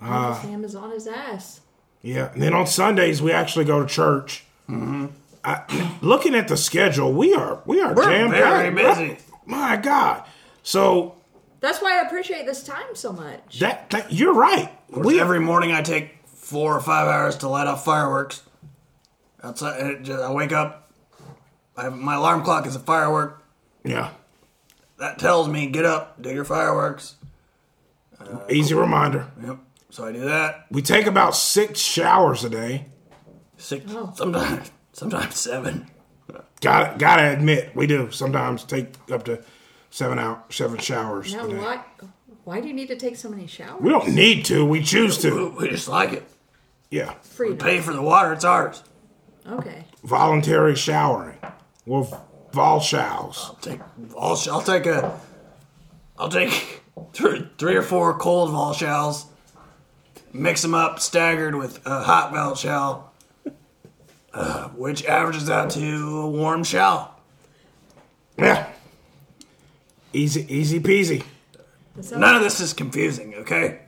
[SPEAKER 1] Uncle Sam is on his ass.
[SPEAKER 3] Yeah, and then on Sundays we actually go to church.
[SPEAKER 2] Mm-hmm.
[SPEAKER 3] I, [clears throat] looking at the schedule, we are we are
[SPEAKER 2] We're
[SPEAKER 3] jam
[SPEAKER 2] very
[SPEAKER 3] packed.
[SPEAKER 2] busy.
[SPEAKER 3] My God, so
[SPEAKER 1] That's why I appreciate this time so much.
[SPEAKER 3] that, that you're right.
[SPEAKER 2] We,
[SPEAKER 3] [laughs] We
[SPEAKER 2] every morning I take four or five hours to light off fireworks. Outside, and it just, I wake up. I have, my alarm clock is a firework.
[SPEAKER 3] yeah.
[SPEAKER 2] that tells me get up, do your fireworks.
[SPEAKER 3] Easy reminder.
[SPEAKER 2] Yep. So I do that.
[SPEAKER 3] We take about six showers a day.
[SPEAKER 2] Six,
[SPEAKER 1] Oh.
[SPEAKER 2] sometimes, sometimes seven.
[SPEAKER 3] Got gotta admit, we do sometimes take up to seven out seven showers.
[SPEAKER 1] Now
[SPEAKER 3] a day.
[SPEAKER 1] why why do you need to take so many showers?
[SPEAKER 3] We don't need to. We choose
[SPEAKER 2] We,
[SPEAKER 3] to.
[SPEAKER 2] we just like it.
[SPEAKER 3] Yeah,
[SPEAKER 2] We
[SPEAKER 1] Freedom.
[SPEAKER 2] pay for the water; it's ours.
[SPEAKER 1] Okay.
[SPEAKER 3] voluntary showering. Well, vol shows.
[SPEAKER 2] I'll take, I'll, I'll take a, I'll take [laughs] three, three or four cold Valshells, mix them up staggered with a hot Valshell, uh, which averages out to a warm shell.
[SPEAKER 3] Yeah. Easy, easy peasy.
[SPEAKER 1] That sounds,
[SPEAKER 2] None of this is confusing, okay?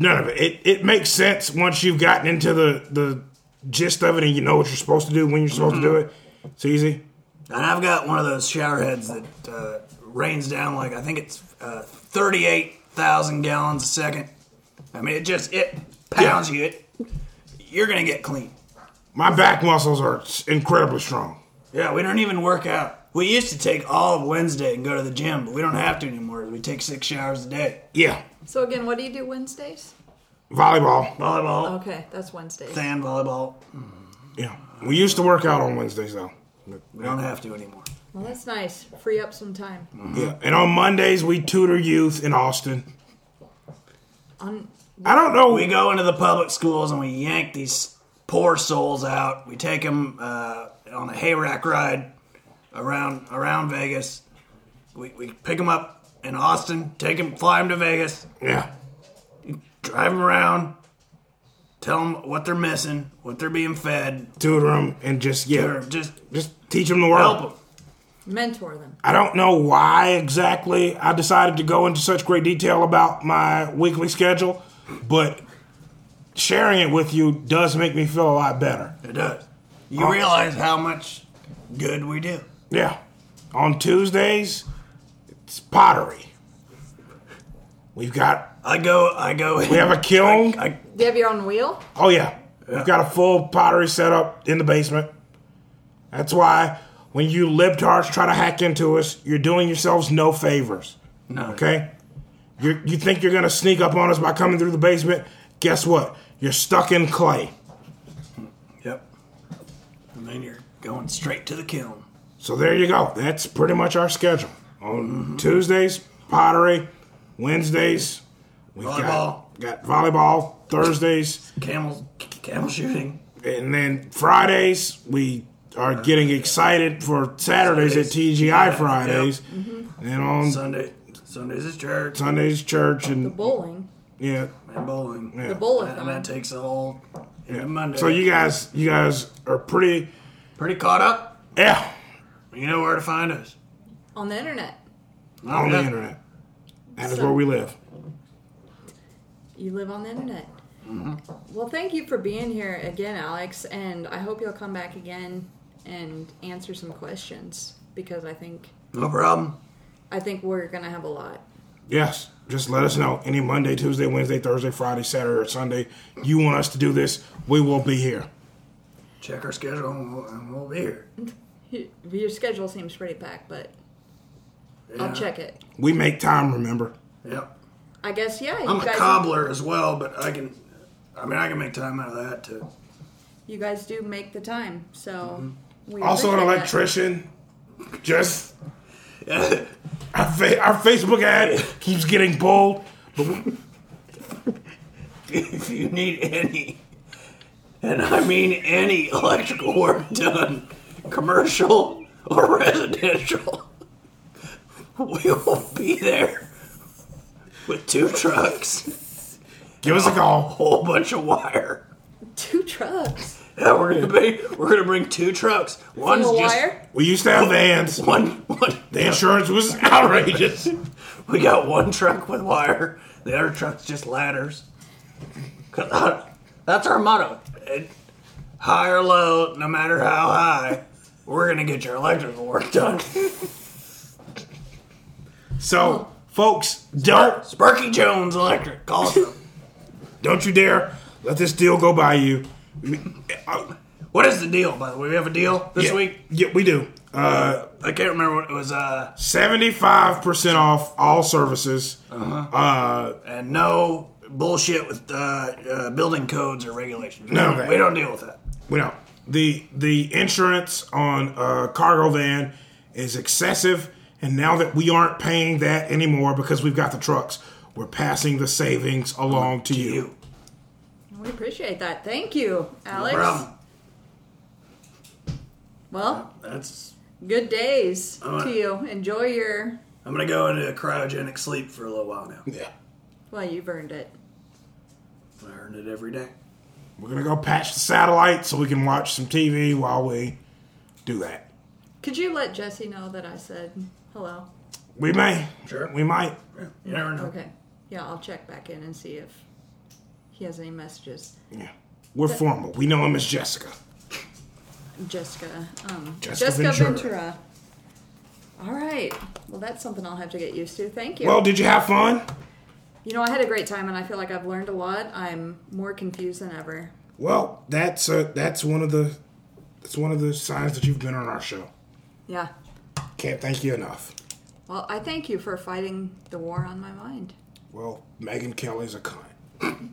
[SPEAKER 3] none of it. It it makes sense once you've gotten into the the gist of it and you know what you're supposed to do when you're supposed to do it. It's easy.
[SPEAKER 2] And I've got one of those shower heads that uh, rains down like I think it's uh, thirty-eight thousand gallons a second. I mean, it just it pounds you. It you're gonna get clean.
[SPEAKER 3] My back muscles are s- incredibly strong.
[SPEAKER 2] Yeah, we don't even work out. We used to take all of Wednesday and go to the gym, but we don't have to anymore. We take six showers a day.
[SPEAKER 3] Yeah,
[SPEAKER 1] So again, what do you do Wednesdays?
[SPEAKER 3] volleyball.
[SPEAKER 2] Volleyball,
[SPEAKER 1] Okay, that's Wednesdays.
[SPEAKER 2] sand volleyball.
[SPEAKER 3] Yeah, we used to work out on Wednesdays though.
[SPEAKER 2] We don't have to anymore.
[SPEAKER 1] Well, that's nice. Free up some time.
[SPEAKER 3] Yeah, and on Mondays we tutor youth in Austin.
[SPEAKER 1] On
[SPEAKER 3] I don't know.
[SPEAKER 2] We go into the public schools and we yank these poor souls out. We take them uh, on a hayrack ride around around Vegas. We, we pick them up in Austin, take them, fly them to Vegas,
[SPEAKER 3] yeah,
[SPEAKER 2] drive them around, tell them what they're missing, what they're being fed,
[SPEAKER 3] tutor them and just yeah,
[SPEAKER 2] or just
[SPEAKER 3] just teach them the world.
[SPEAKER 2] help them.
[SPEAKER 1] mentor them.
[SPEAKER 3] I don't know why exactly I decided to go into such great detail about my weekly schedule, but sharing it with you does make me feel a lot better.
[SPEAKER 2] It does. You realize how much good we do.
[SPEAKER 3] Yeah. On Tuesdays, it's pottery. We've got
[SPEAKER 2] I go, I go.
[SPEAKER 3] we have a kiln.
[SPEAKER 2] I, I-
[SPEAKER 1] Do you have your own wheel?
[SPEAKER 3] Oh yeah. We've got a full pottery setup in the basement. That's why when you libtards try to hack into us, you're doing yourselves no favors.
[SPEAKER 2] no.
[SPEAKER 3] Okay? You you think you're gonna sneak up on us by coming through the basement? Guess what? You're stuck in clay.
[SPEAKER 2] Yep. And then you're going straight to the kiln.
[SPEAKER 3] So there you go. That's pretty much our schedule. On Tuesdays, pottery. Wednesdays, we've
[SPEAKER 2] Volleyball.
[SPEAKER 3] got got volleyball. Thursdays,
[SPEAKER 2] Camel, camel shooting.
[SPEAKER 3] and then Fridays we are getting excited for Saturdays at TGI Fridays,
[SPEAKER 1] Mm-hmm.
[SPEAKER 3] and on
[SPEAKER 2] Sunday, Sundays is church
[SPEAKER 3] Sundays church
[SPEAKER 1] The
[SPEAKER 3] and
[SPEAKER 1] bowling.
[SPEAKER 3] yeah.
[SPEAKER 2] and bowling.
[SPEAKER 3] yeah.
[SPEAKER 1] The bowling.
[SPEAKER 2] And that takes a whole into Monday.
[SPEAKER 3] So you guys, you guys are pretty
[SPEAKER 2] pretty caught up.
[SPEAKER 3] yeah
[SPEAKER 2] You know where to find us.
[SPEAKER 1] on the internet.
[SPEAKER 3] on the
[SPEAKER 2] Yeah.
[SPEAKER 3] internet. That is
[SPEAKER 1] So-
[SPEAKER 3] where we live.
[SPEAKER 1] You live on the internet. Well, thank you for being here again, Alex, and I hope you'll come back again and answer some questions because I think
[SPEAKER 2] No problem.
[SPEAKER 1] I think we're gonna have a lot.
[SPEAKER 3] Yes. Just let us know any Monday, Tuesday, Wednesday, Thursday, Friday, Saturday, or Sunday you want us to do this. We will be here.
[SPEAKER 2] Check our schedule and we'll, and we'll be here.
[SPEAKER 1] Y- Your schedule seems pretty packed, but
[SPEAKER 2] Yeah.
[SPEAKER 1] I'll check it.
[SPEAKER 3] We make time, remember?
[SPEAKER 2] Yep.
[SPEAKER 1] I guess yeah. You
[SPEAKER 2] I'm a
[SPEAKER 1] guys,
[SPEAKER 2] cobbler as well, but I can. I mean, I can make time out of that too.
[SPEAKER 1] you guys do make the time, so we
[SPEAKER 3] Also, an
[SPEAKER 1] appreciate that.
[SPEAKER 3] electrician. Just
[SPEAKER 2] Yeah. [laughs]
[SPEAKER 3] our, fa- our Facebook ad keeps getting pulled. But we-
[SPEAKER 2] if you need any, and I mean any electrical work done, commercial or residential, we will be there with two trucks,
[SPEAKER 3] give us a
[SPEAKER 2] a
[SPEAKER 3] call.
[SPEAKER 2] whole bunch of wire.
[SPEAKER 1] [laughs] Two trucks.
[SPEAKER 2] And we're gonna be we're gonna bring two trucks. One's
[SPEAKER 1] Full of
[SPEAKER 2] just
[SPEAKER 1] wire.
[SPEAKER 3] We used to have vans.
[SPEAKER 2] one one.
[SPEAKER 3] The insurance was [laughs] outrageous.
[SPEAKER 2] We got one truck with wire. The other truck's just ladders. 'Cause I- that's our motto. And high or low, no matter how high, we're gonna get your electrical work done.
[SPEAKER 3] So, folks, don't
[SPEAKER 2] Sparky Jones Electric, call us. up.
[SPEAKER 3] don't you dare let this deal go by you. uh,
[SPEAKER 2] What is the deal? By the way, we have a deal this
[SPEAKER 3] Yeah.
[SPEAKER 2] week.
[SPEAKER 3] yeah, we do. Uh,
[SPEAKER 2] I can't remember what it was. Uh,
[SPEAKER 3] 75% off all services.
[SPEAKER 2] Uh-huh. and no bullshit with uh, uh, building codes or regulations.
[SPEAKER 3] None of that.
[SPEAKER 2] we don't deal with that.
[SPEAKER 3] We know the the insurance on a cargo van is excessive, and now that we aren't paying that anymore because we've got the trucks, we're passing the savings along to you.
[SPEAKER 2] Uh-huh. You,
[SPEAKER 1] We appreciate that. Thank you, Alex.
[SPEAKER 2] problem.
[SPEAKER 1] Well,
[SPEAKER 2] That's.
[SPEAKER 1] good days to
[SPEAKER 2] right.
[SPEAKER 1] you. Enjoy your.
[SPEAKER 2] I'm gonna go into cryogenic sleep for a little while now.
[SPEAKER 3] Yeah,
[SPEAKER 1] Well, you've earned it.
[SPEAKER 2] I earn it every day.
[SPEAKER 3] we're gonna go patch the satellite so we can watch some TV while we do that.
[SPEAKER 1] Could you let Jesse know that I said hello?
[SPEAKER 3] We may,
[SPEAKER 2] Sure.
[SPEAKER 3] we might.
[SPEAKER 2] You never know.
[SPEAKER 1] Okay. Yeah, I'll check back in and see if he has any messages.
[SPEAKER 3] Yeah. We're formal. We know him as Jessica.
[SPEAKER 1] Jessica, um,
[SPEAKER 3] Jessica
[SPEAKER 1] Jessica,
[SPEAKER 3] Ventura.
[SPEAKER 1] Ventura. All right. Well, that's something I'll have to get used to. Thank you.
[SPEAKER 3] Well, did you have fun?
[SPEAKER 1] you know, I had a great time, and I feel like I've learned a lot. I'm more confused than ever.
[SPEAKER 3] Well, that's uh, that's one of the that's one of the signs that you've been on our show.
[SPEAKER 1] Yeah.
[SPEAKER 3] Can't thank you enough.
[SPEAKER 1] Well, I thank you for fighting the war on my mind.
[SPEAKER 3] Well, Megan Kelly's a cunt.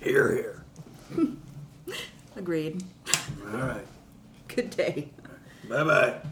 [SPEAKER 2] Here, here.
[SPEAKER 1] Agreed.
[SPEAKER 2] All right.
[SPEAKER 1] Good day.
[SPEAKER 2] Bye bye.